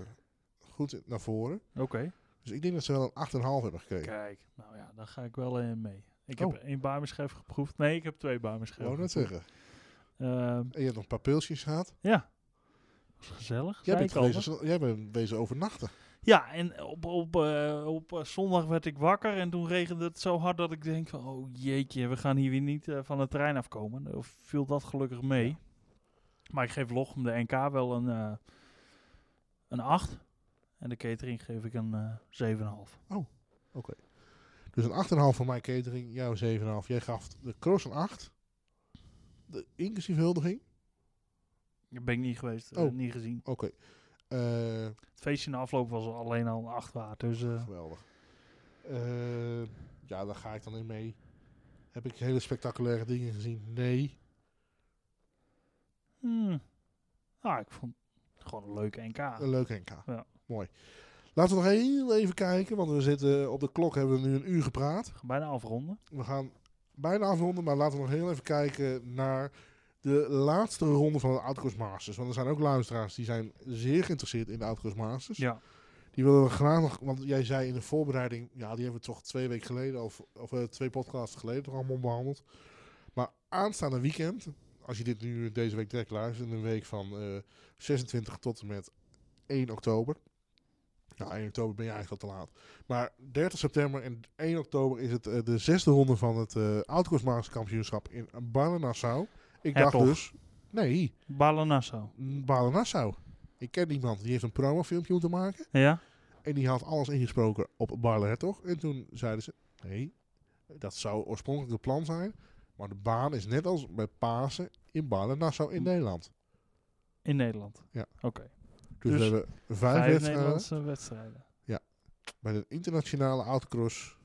[SPEAKER 2] goed naar voren.
[SPEAKER 1] Oké.
[SPEAKER 2] Dus ik denk dat ze wel een 8,5 hebben gekregen.
[SPEAKER 1] Kijk. Nou ja, daar ga ik wel in mee. Ik heb
[SPEAKER 2] Oh.
[SPEAKER 1] één barmerschijf geproefd. Nee, ik heb twee
[SPEAKER 2] Wou
[SPEAKER 1] barmerschijven.
[SPEAKER 2] dat zeggen.
[SPEAKER 1] Ehm,
[SPEAKER 2] En je hebt nog een paar pilsjes gehad.
[SPEAKER 1] ja. Was gezellig. zei
[SPEAKER 2] Jij bent,
[SPEAKER 1] ik al, hè?
[SPEAKER 2] geweest, jij bent wezen overnachten.
[SPEAKER 1] Ja, en op, op, eh, op eh, zondag werd ik wakker en toen regende het zo hard dat ik denk van... Oh jeetje, we gaan hier weer niet eh, van de trein afkomen. Nou, viel dat gelukkig mee. Maar ik geef Lochem de NK wel een, eh, een 8. En de catering geef ik een eh 7,5.
[SPEAKER 2] Dus een 8,5 voor mijn catering, jouw 7,5. Jij gaf de cross een 8. De inclusief huldiging.
[SPEAKER 1] Daar ben ik niet geweest, eh,
[SPEAKER 2] Oh.
[SPEAKER 1] niet gezien.
[SPEAKER 2] Oké. Eh,
[SPEAKER 1] Het feestje na afloop was alleen al een 8 waard. Dus eh,
[SPEAKER 2] geweldig. Eh, ja, daar ga ik dan in mee. Heb ik hele spectaculaire dingen gezien? Nee.
[SPEAKER 1] hmm. nou, ik vond het gewoon een leuke NK.
[SPEAKER 2] Een leuk NK.
[SPEAKER 1] Ja.
[SPEAKER 2] Mooi. Laten we nog heel even kijken, want we zitten op de klok, hebben we nu een uur gepraat.
[SPEAKER 1] Ga Bijna afronden.
[SPEAKER 2] We gaan bijna afronden, maar laten we nog heel even kijken naar de laatste ronde van de Outcourse Masters. Want er zijn ook luisteraars die zijn zeer geïnteresseerd in de Outcourse Masters.
[SPEAKER 1] Ja,
[SPEAKER 2] Die willen we graag nog, want jij zei in de voorbereiding, ja, die hebben we toch twee weken geleden, of, of eh, twee podcasts geleden toch allemaal behandeld. Maar aanstaande weekend, als je dit nu deze week direct luistert, in een week van eh, 26 tot en met 1 oktober. Nou, 1 oktober ben je eigenlijk al te laat. Maar 30 september en 1 oktober is het eh, de zesde ronde van het eh Oudkoersmaagskampioenschap in Baden-Nassau. Ik dacht
[SPEAKER 1] Hertog.
[SPEAKER 2] dus, nee,
[SPEAKER 1] Balen Nassau.
[SPEAKER 2] Baden-Nassau. Ik ken iemand, die heeft een promofilmpje moeten maken.
[SPEAKER 1] Ja?
[SPEAKER 2] En die had alles ingesproken op Barle Hertog. En toen zeiden ze, nee, dat zou oorspronkelijk het plan zijn. Maar de baan is net als bij Pasen in Barle Nassau in
[SPEAKER 1] Hm.
[SPEAKER 2] Nederland.
[SPEAKER 1] In Nederland.
[SPEAKER 2] Ja.
[SPEAKER 1] Oké.
[SPEAKER 2] Dus,
[SPEAKER 1] Dus
[SPEAKER 2] we hebben vijf,
[SPEAKER 1] Vijf
[SPEAKER 2] wedstrijden
[SPEAKER 1] Nederlandse wedstrijden.
[SPEAKER 2] bij de internationale autocross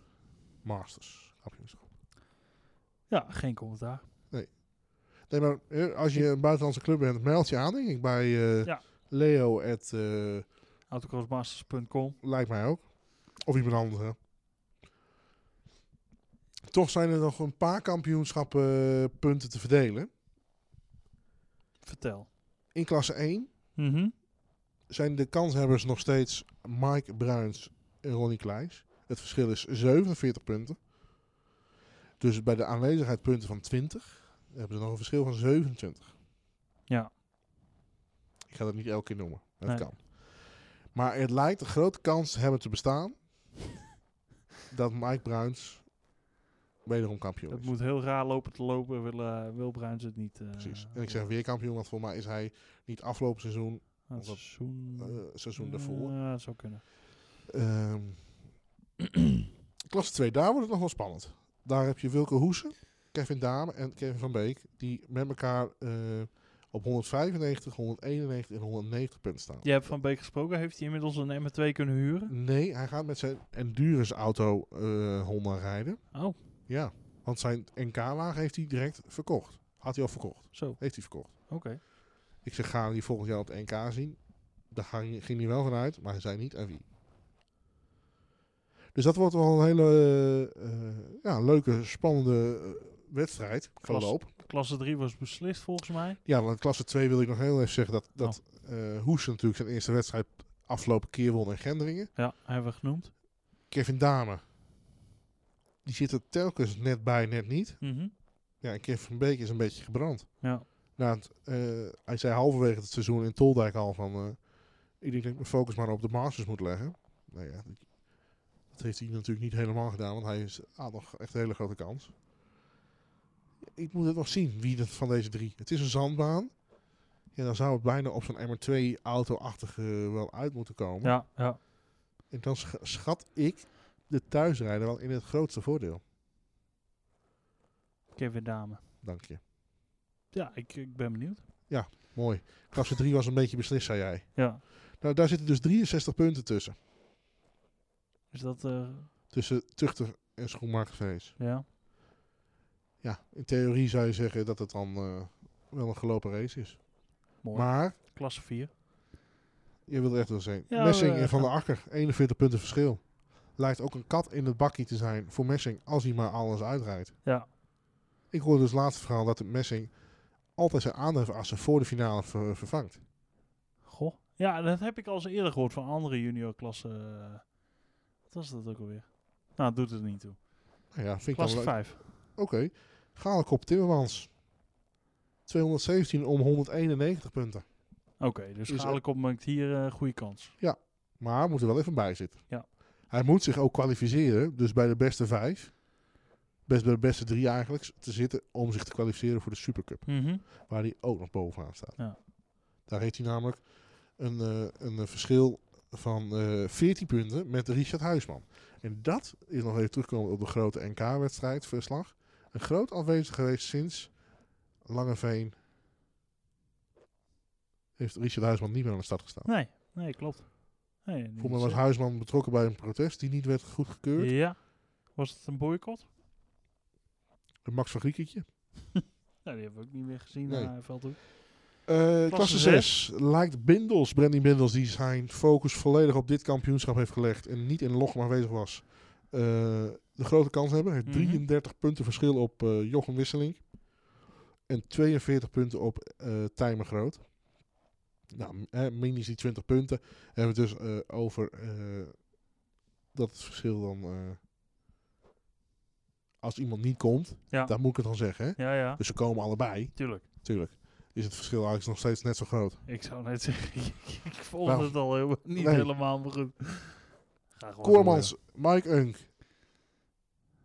[SPEAKER 2] masters. kampioenschap.
[SPEAKER 1] Ja, geen commentaar.
[SPEAKER 2] Nee, maar eh, als je een buitenlandse club bent, meld je aan, denk ik, bij eh,
[SPEAKER 1] Ja.
[SPEAKER 2] Leo. at, eh,
[SPEAKER 1] Autocrossmasters.com.
[SPEAKER 2] lijkt mij ook. Of iemand anders. hè. Toch zijn er nog een paar kampioenschappen eh, punten te verdelen.
[SPEAKER 1] Vertel.
[SPEAKER 2] In klasse 1
[SPEAKER 1] Mhm.
[SPEAKER 2] zijn de kanshebbers nog steeds Mike Bruins en Ronnie Kleijs. Het verschil is 47 punten. Dus bij de aanwezigheid punten van 20 hebben ze nog een verschil van 27.
[SPEAKER 1] Ja.
[SPEAKER 2] Ik ga dat niet elke keer noemen. Dat
[SPEAKER 1] Nee.
[SPEAKER 2] kan. Maar het lijkt een grote kans te hebben te bestaan dat Mike Bruins wederom kampioen
[SPEAKER 1] Het
[SPEAKER 2] is.
[SPEAKER 1] moet heel raar lopen te lopen. Wil, eh, wil Bruins het niet. eh,
[SPEAKER 2] Precies. En ik zeg weer kampioen, want voor mij is hij niet afgelopen seizoen,
[SPEAKER 1] Het
[SPEAKER 2] omdat-
[SPEAKER 1] seizoen.
[SPEAKER 2] eh,
[SPEAKER 1] Mm,
[SPEAKER 2] seizoen daarvoor.
[SPEAKER 1] Ja, dat zou kunnen.
[SPEAKER 2] Ehm klasse 2, daar wordt het nog wel spannend. Daar heb je Wilke Hoesen, Kevin Dame en Kevin van Beek, die met elkaar eh, op 195, 191 en 190 punten staan.
[SPEAKER 1] Je hebt van Beek gesproken. Heeft hij inmiddels een M2 kunnen huren?
[SPEAKER 2] Nee, hij gaat met zijn endurance auto eh, Honda rijden.
[SPEAKER 1] Oh,
[SPEAKER 2] Ja, want zijn NK-wagen heeft hij direct verkocht. Had hij al verkocht.
[SPEAKER 1] zo. Oké.
[SPEAKER 2] Heeft hij verkocht. Ik zeg, gaan we die volgend jaar op het NK zien? Daar ging, ging hij wel van uit, maar hij zei niet aan wie. Dus dat wordt wel een hele eh, eh, ja, leuke, spannende eh, wedstrijd.
[SPEAKER 1] Klas-
[SPEAKER 2] Verloop.
[SPEAKER 1] Klasse 3 was beslist volgens mij.
[SPEAKER 2] Ja, want klasse 2 wil ik nog heel even zeggen dat, dat eh, Hoes natuurlijk zijn eerste wedstrijd afgelopen keer won in Gendringen.
[SPEAKER 1] Ja, hebben we genoemd.
[SPEAKER 2] Kevin Dame, die zit er telkens net bij, net niet.
[SPEAKER 1] Mhm.
[SPEAKER 2] Ja, en Kevin van Beek is een beetje gebrand.
[SPEAKER 1] Ja.
[SPEAKER 2] Nou, het, eh, hij zei halverwege het seizoen in Toldijk al van... eh, ik denk dat ik mijn focus maar op de Masters moet leggen. Nou ja, dat- dat heeft hij natuurlijk niet helemaal gedaan. Want hij is, had nog echt een hele grote kans. Ik moet het nog zien, wie dat van deze drie. Het is een zandbaan. Ja, dan zou het bijna op zo'n MR2-auto-achtige eh, wel uit moeten komen.
[SPEAKER 1] Ja, ja.
[SPEAKER 2] En dan sch- schat ik de thuisrijder wel in het grootste voordeel.
[SPEAKER 1] Kevin Dame.
[SPEAKER 2] Dank je.
[SPEAKER 1] Ja, ik, ik ben benieuwd.
[SPEAKER 2] Mooi. Klasse 3 was een beetje beslist, zei jij.
[SPEAKER 1] Ja.
[SPEAKER 2] Nou, daar zitten dus 63 punten tussen.
[SPEAKER 1] Is dat. eh,
[SPEAKER 2] tussen tuchter en schoenmakersfeest.
[SPEAKER 1] ja.
[SPEAKER 2] Ja, in theorie zou je zeggen dat het dan eh, wel een gelopen race is.
[SPEAKER 1] Mooi.
[SPEAKER 2] Maar
[SPEAKER 1] Klasse 4.
[SPEAKER 2] je wil er echt wel zijn.
[SPEAKER 1] Ja,
[SPEAKER 2] Messing
[SPEAKER 1] we-
[SPEAKER 2] en Van der Akker, 41 punten verschil. Lijkt ook een kat in het bakkie te zijn voor Messing als hij maar alles uitrijdt.
[SPEAKER 1] Ja.
[SPEAKER 2] Ik hoorde dus laatst verhaal dat de Messing altijd zijn aandrijfassen voor de finale ver- vervangt.
[SPEAKER 1] Goh. Ja, dat heb ik al eens eerder gehoord van andere juniorklassen. Wat was dat ook alweer? Nou, doet het er niet toe.
[SPEAKER 2] Nou ja, vind ik dan
[SPEAKER 1] Klasse
[SPEAKER 2] wel-
[SPEAKER 1] 5.
[SPEAKER 2] Oké. Galenkop Timmermans. 217 om 191 punten.
[SPEAKER 1] Oké, dus
[SPEAKER 2] Is ook-
[SPEAKER 1] Galenkop maakt hier een goede kans.
[SPEAKER 2] Maar moet er wel even bij zitten.
[SPEAKER 1] Ja.
[SPEAKER 2] Hij moet zich ook kwalificeren. Dus bij de beste vijf. Best bij de beste drie eigenlijk. Te zitten om zich te kwalificeren voor de Supercup. Waar hij ook nog bovenaan staat.
[SPEAKER 1] Ja.
[SPEAKER 2] Daar heeft hij namelijk een, eh, een eh, verschil van eh 14 punten met Richard Huisman. En dat is nog even terugkomen op de grote NK-wedstrijd, verslag. Een groot afwezig geweest sinds Langeveen heeft Richard Huisman niet meer aan de start gestaan.
[SPEAKER 1] Nee, nee, klopt. Nee, niet
[SPEAKER 2] Voor mij was
[SPEAKER 1] zo.
[SPEAKER 2] Huisman betrokken bij een protest die niet werd goedgekeurd.
[SPEAKER 1] Ja. Was het een boycott?
[SPEAKER 2] Een Max van Griekertje.
[SPEAKER 1] Nou, die hebben we ook niet meer gezien.
[SPEAKER 2] Nee.
[SPEAKER 1] Nee. Veldhoek.
[SPEAKER 2] Eh, klasse
[SPEAKER 1] Klasse
[SPEAKER 2] 6 lijkt Bindels, Brandy Bindels, die zijn focus volledig op dit kampioenschap heeft gelegd en niet in Lochem aanwezig was, eh, de grote kans hebben. Hij heeft
[SPEAKER 1] Mhm.
[SPEAKER 2] 33 punten verschil op eh, Jochem Wisseling en 42 punten op eh Tijmen Groot. Nou, m- eh, minis die 20 punten hebben we het dus eh, over eh, dat het verschil dan, eh, als iemand niet komt,
[SPEAKER 1] Ja.
[SPEAKER 2] daar moet ik het dan zeggen. Hè?
[SPEAKER 1] Ja, ja.
[SPEAKER 2] Dus ze komen allebei,
[SPEAKER 1] Tuurlijk.
[SPEAKER 2] natuurlijk. Is het verschil eigenlijk nog steeds net zo groot?
[SPEAKER 1] Ik zou net zeggen, ik, ik volgde
[SPEAKER 2] Nou,
[SPEAKER 1] het al heel, niet
[SPEAKER 2] nee.
[SPEAKER 1] helemaal, maar goed. Ga gewoon
[SPEAKER 2] Koormans, Mike Unk.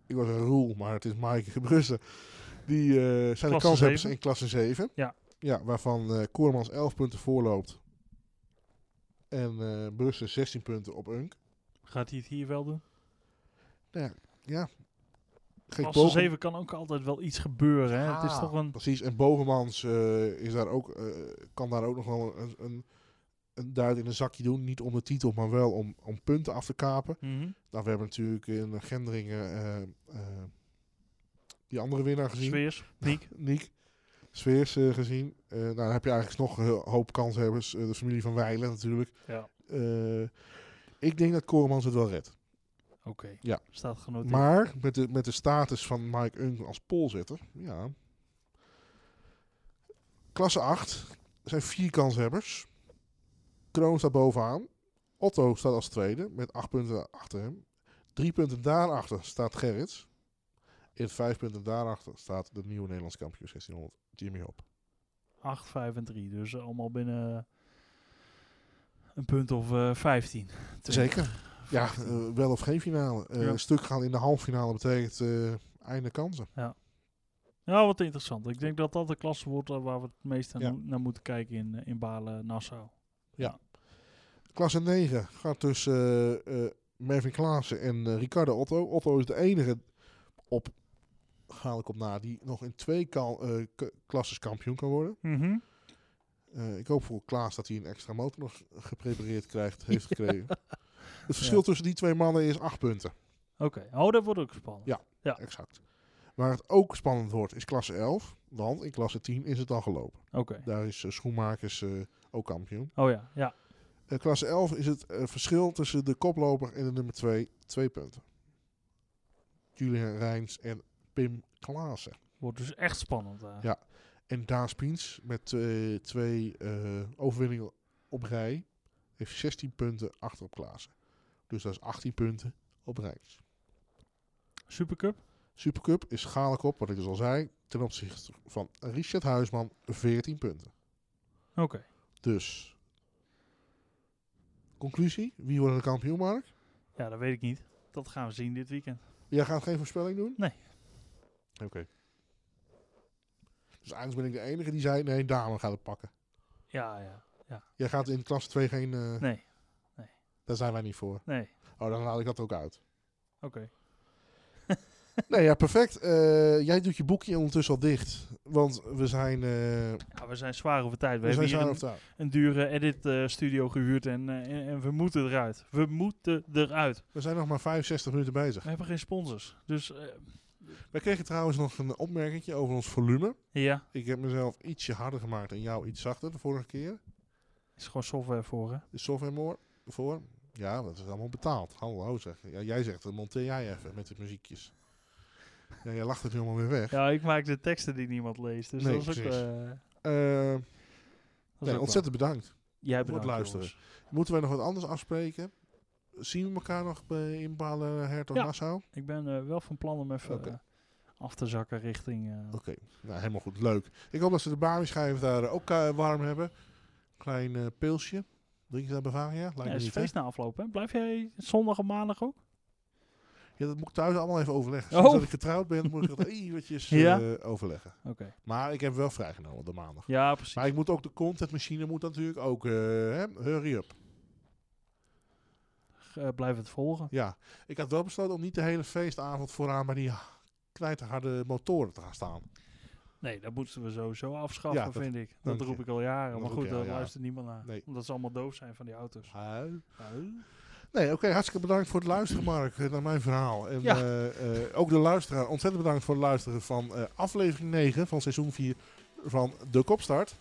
[SPEAKER 2] Ik was een roel, maar het is Mike Brussen. Die eh, zijn de
[SPEAKER 1] Klasse
[SPEAKER 2] kanshebbers
[SPEAKER 1] zeven.
[SPEAKER 2] in klasse 7.
[SPEAKER 1] Ja.
[SPEAKER 2] ja waarvan eh, Koormans 11 punten voorloopt. En eh Brussen 16 punten op Unk.
[SPEAKER 1] door. Gaat hij het hier wel doen?
[SPEAKER 2] Geen
[SPEAKER 1] Als ze zeven kan ook altijd wel iets gebeuren, hè. het is
[SPEAKER 2] Ah,
[SPEAKER 1] toch een...
[SPEAKER 2] Precies, en Bogemans eh, is daar ook, eh, kan daar ook nog wel een, een, een duit in een zakje doen. Niet om de titel, maar wel om, om punten af te kapen.
[SPEAKER 1] Mhm.
[SPEAKER 2] Nou, we hebben natuurlijk in Gendringen eh, eh, die andere winnaar gezien.
[SPEAKER 1] Sweers, Niek.
[SPEAKER 2] Niek. Sfeers eh, gezien. Eh, nou, dan heb je eigenlijk nog een hoop kanshebbers. Eh, de familie van Weilen natuurlijk.
[SPEAKER 1] Ja,
[SPEAKER 2] Eh, ik denk dat Koremans het wel redt.
[SPEAKER 1] oké.
[SPEAKER 2] Ja.
[SPEAKER 1] Staat genoteerd.
[SPEAKER 2] Maar met de, met de status van Mike Unk als polzitter, ja. Klasse 8 zijn vier kanshebbers. Kroon staat bovenaan. Otto staat als tweede met acht punten achter hem. Drie punten daarachter staat Gerrits. En vijf punten daarachter staat de nieuwe Nederlands kampioen 1600, Jimmy Hop.
[SPEAKER 1] 8, 5 en 3. Dus eh, allemaal binnen een punt of eh 15.
[SPEAKER 2] Zeker. Ja,
[SPEAKER 1] 15.
[SPEAKER 2] eh, wel of geen finale. Eh,
[SPEAKER 1] Ja.
[SPEAKER 2] Een stuk gaan in de halve finale betekent eh, einde kansen.
[SPEAKER 1] Ja, Nou, wat interessant. Ik denk dat dat de klasse wordt eh, waar we het meest aan
[SPEAKER 2] Ja.
[SPEAKER 1] mo- naar moeten kijken in, eh, in Balen-Nassau.
[SPEAKER 2] Klasse 9 gaat tussen eh, eh, Mervin Klaassen en eh, Ricardo Otto. Otto is de enige op, ga ik op na, die nog in twee kan, eh, k- klasses kampioen kan worden. Eh, ik hoop voor Klaas dat hij een extra motor nog geprepareerd krijgt, heeft gekregen. Het verschil
[SPEAKER 1] Ja.
[SPEAKER 2] tussen die twee mannen is acht punten.
[SPEAKER 1] Oké, oh, dat wordt ook spannend.
[SPEAKER 2] Ja. Exact. Waar het ook spannend wordt is klasse 11. Want in klasse 10 is het al gelopen.
[SPEAKER 1] Oké.
[SPEAKER 2] Daar is eh, Schoenmakers eh, ook kampioen.
[SPEAKER 1] Oh ja, ja.
[SPEAKER 2] Eh, klasse 11 is het eh, verschil tussen de koploper en de nummer 2 twee punten. Julian Rijns en Pim Klaassen.
[SPEAKER 1] Wordt dus echt spannend. eh.
[SPEAKER 2] Ja. En Daan Piens met eh, twee eh, overwinningen op rij heeft 16 punten achter op Klaassen. Dus dat is 18 punten op Rijns.
[SPEAKER 1] Supercup.
[SPEAKER 2] Supercup is Galenkop, wat ik dus al zei, ten opzichte van Richard Huisman 14 punten.
[SPEAKER 1] Oké.
[SPEAKER 2] Dus, conclusie, wie wordt de kampioen, Mark?
[SPEAKER 1] Ja, dat weet ik niet. Dat gaan we zien dit weekend.
[SPEAKER 2] Jij gaat geen voorspelling doen?
[SPEAKER 1] Nee.
[SPEAKER 2] Oké. Dus eigenlijk ben ik de enige die zei, nee, dame gaat het pakken.
[SPEAKER 1] Ja, ja.
[SPEAKER 2] Jij gaat in klas 2 geen... eh,
[SPEAKER 1] Nee. Nee.
[SPEAKER 2] Daar zijn wij niet voor.
[SPEAKER 1] Nee.
[SPEAKER 2] Oh, dan haal ik dat ook uit.
[SPEAKER 1] Oké.
[SPEAKER 2] nee, ja, perfect. Eh, jij doet je boekje ondertussen al dicht. Want we zijn... eh,
[SPEAKER 1] Ja, we zijn zwaar over tijd. We,
[SPEAKER 2] we zijn
[SPEAKER 1] hebben hier
[SPEAKER 2] zwaar
[SPEAKER 1] een,
[SPEAKER 2] of taal.
[SPEAKER 1] een dure edit-studio gehuurd en, eh, en, en we moeten eruit. We moeten eruit.
[SPEAKER 2] We zijn nog maar 65 minuten bezig.
[SPEAKER 1] We hebben geen sponsors. Dus eh,
[SPEAKER 2] Wij kregen trouwens nog een opmerkingje over ons volume.
[SPEAKER 1] ja,
[SPEAKER 2] Ik heb mezelf ietsje harder gemaakt en jou iets zachter de vorige keer.
[SPEAKER 1] is gewoon software voor, hè?
[SPEAKER 2] De software more voor? Ja, dat is allemaal betaald. Hallo zeg. Ja, jij zegt, dan monteer jij even met de muziekjes. Ja, jij lacht het helemaal weer weg.
[SPEAKER 1] Ja, ik maak de teksten die niemand leest. Dus
[SPEAKER 2] Nee,
[SPEAKER 1] dat is ook...
[SPEAKER 2] precies.
[SPEAKER 1] eh,
[SPEAKER 2] Eh,
[SPEAKER 1] dat is
[SPEAKER 2] nee,
[SPEAKER 1] ook
[SPEAKER 2] ontzettend bedankt.
[SPEAKER 1] Jij
[SPEAKER 2] Voor
[SPEAKER 1] bedankt,
[SPEAKER 2] het luisteren.
[SPEAKER 1] jongens.
[SPEAKER 2] Moeten wij nog wat anders afspreken? Zien we elkaar nog bij in Balen Hertog
[SPEAKER 1] Ja.
[SPEAKER 2] Nassau? Oké,
[SPEAKER 1] Ik ben eh, wel van plan om even
[SPEAKER 2] Oké.
[SPEAKER 1] eh, af te zakken richting... eh,
[SPEAKER 2] nou helemaal goed. Leuk. Ik hoop dat ze de Bami-schijf daar ook eh, warm hebben. Klein eh, pilsje. Drink je dat Bavaria? Lijkt
[SPEAKER 1] ja,
[SPEAKER 2] me
[SPEAKER 1] is
[SPEAKER 2] niet, hè?
[SPEAKER 1] feest na afloop, hè? Blijf jij zondag en maandag ook?
[SPEAKER 2] Ja, dat moet ik thuis allemaal even overleggen.
[SPEAKER 1] Oh.
[SPEAKER 2] Sinds dat ik getrouwd ben, moet ik dat eventjes eh,
[SPEAKER 1] Ja.
[SPEAKER 2] overleggen.
[SPEAKER 1] Oké.
[SPEAKER 2] Maar ik heb wel vrijgenomen op de maandag.
[SPEAKER 1] Ja, precies.
[SPEAKER 2] Maar ik moet ook de contentmachine moet natuurlijk ook, eh, hè, hurry up.
[SPEAKER 1] Eh, blijf het volgen.
[SPEAKER 2] Ja, ik had wel besloten om niet de hele feestavond vooraan bij die ha- knijterharde motoren te gaan staan.
[SPEAKER 1] Nee, dat moeten we sowieso afschaffen,
[SPEAKER 2] Ja, dat-
[SPEAKER 1] vind ik. Dat
[SPEAKER 2] dank je.
[SPEAKER 1] roep ik al jaren.
[SPEAKER 2] Dat
[SPEAKER 1] Maar
[SPEAKER 2] roep
[SPEAKER 1] goed,
[SPEAKER 2] je al
[SPEAKER 1] daar
[SPEAKER 2] jaren.
[SPEAKER 1] luistert niemand naar.
[SPEAKER 2] Nee.
[SPEAKER 1] Omdat ze allemaal doof zijn van die auto's.
[SPEAKER 2] Nee, oké, hartstikke bedankt voor het luisteren, Mark, eh, naar mijn verhaal. En
[SPEAKER 1] Ja.
[SPEAKER 2] eh, eh, ook de luisteraar, ontzettend bedankt voor het luisteren van eh, aflevering 9 van seizoen 4 van De Kopstart.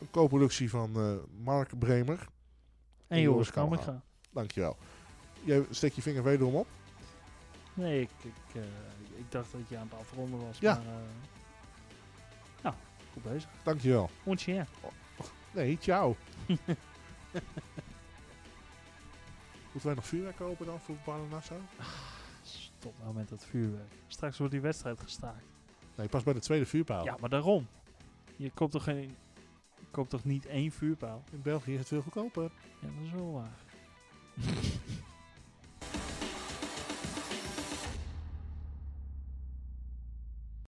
[SPEAKER 2] Een co-productie van eh, Mark Bremer.
[SPEAKER 1] En Joris
[SPEAKER 2] Joris
[SPEAKER 1] kan ik
[SPEAKER 2] Kammerga.
[SPEAKER 1] gaan.
[SPEAKER 2] Dankjewel. Jij steekt je vinger wederom op.
[SPEAKER 1] Nee, ik, ik, eh, ik dacht dat je aan het afronden was.
[SPEAKER 2] Ja.
[SPEAKER 1] Maar, eh, nou, goed bezig.
[SPEAKER 2] Dankjewel.
[SPEAKER 1] Ontje, ja.
[SPEAKER 2] Nee, ciao. Moeten wij nog vuurwerk kopen dan voor Barne Nassau?
[SPEAKER 1] Stop nou met dat vuurwerk. Straks wordt die wedstrijd gestaakt.
[SPEAKER 2] Nee, pas bij de tweede vuurpaal.
[SPEAKER 1] Ja, maar daarom. Je koopt toch, geen, je koopt toch niet één vuurpaal?
[SPEAKER 2] In België is het veel goedkoper.
[SPEAKER 1] Ja, dat is wel waar.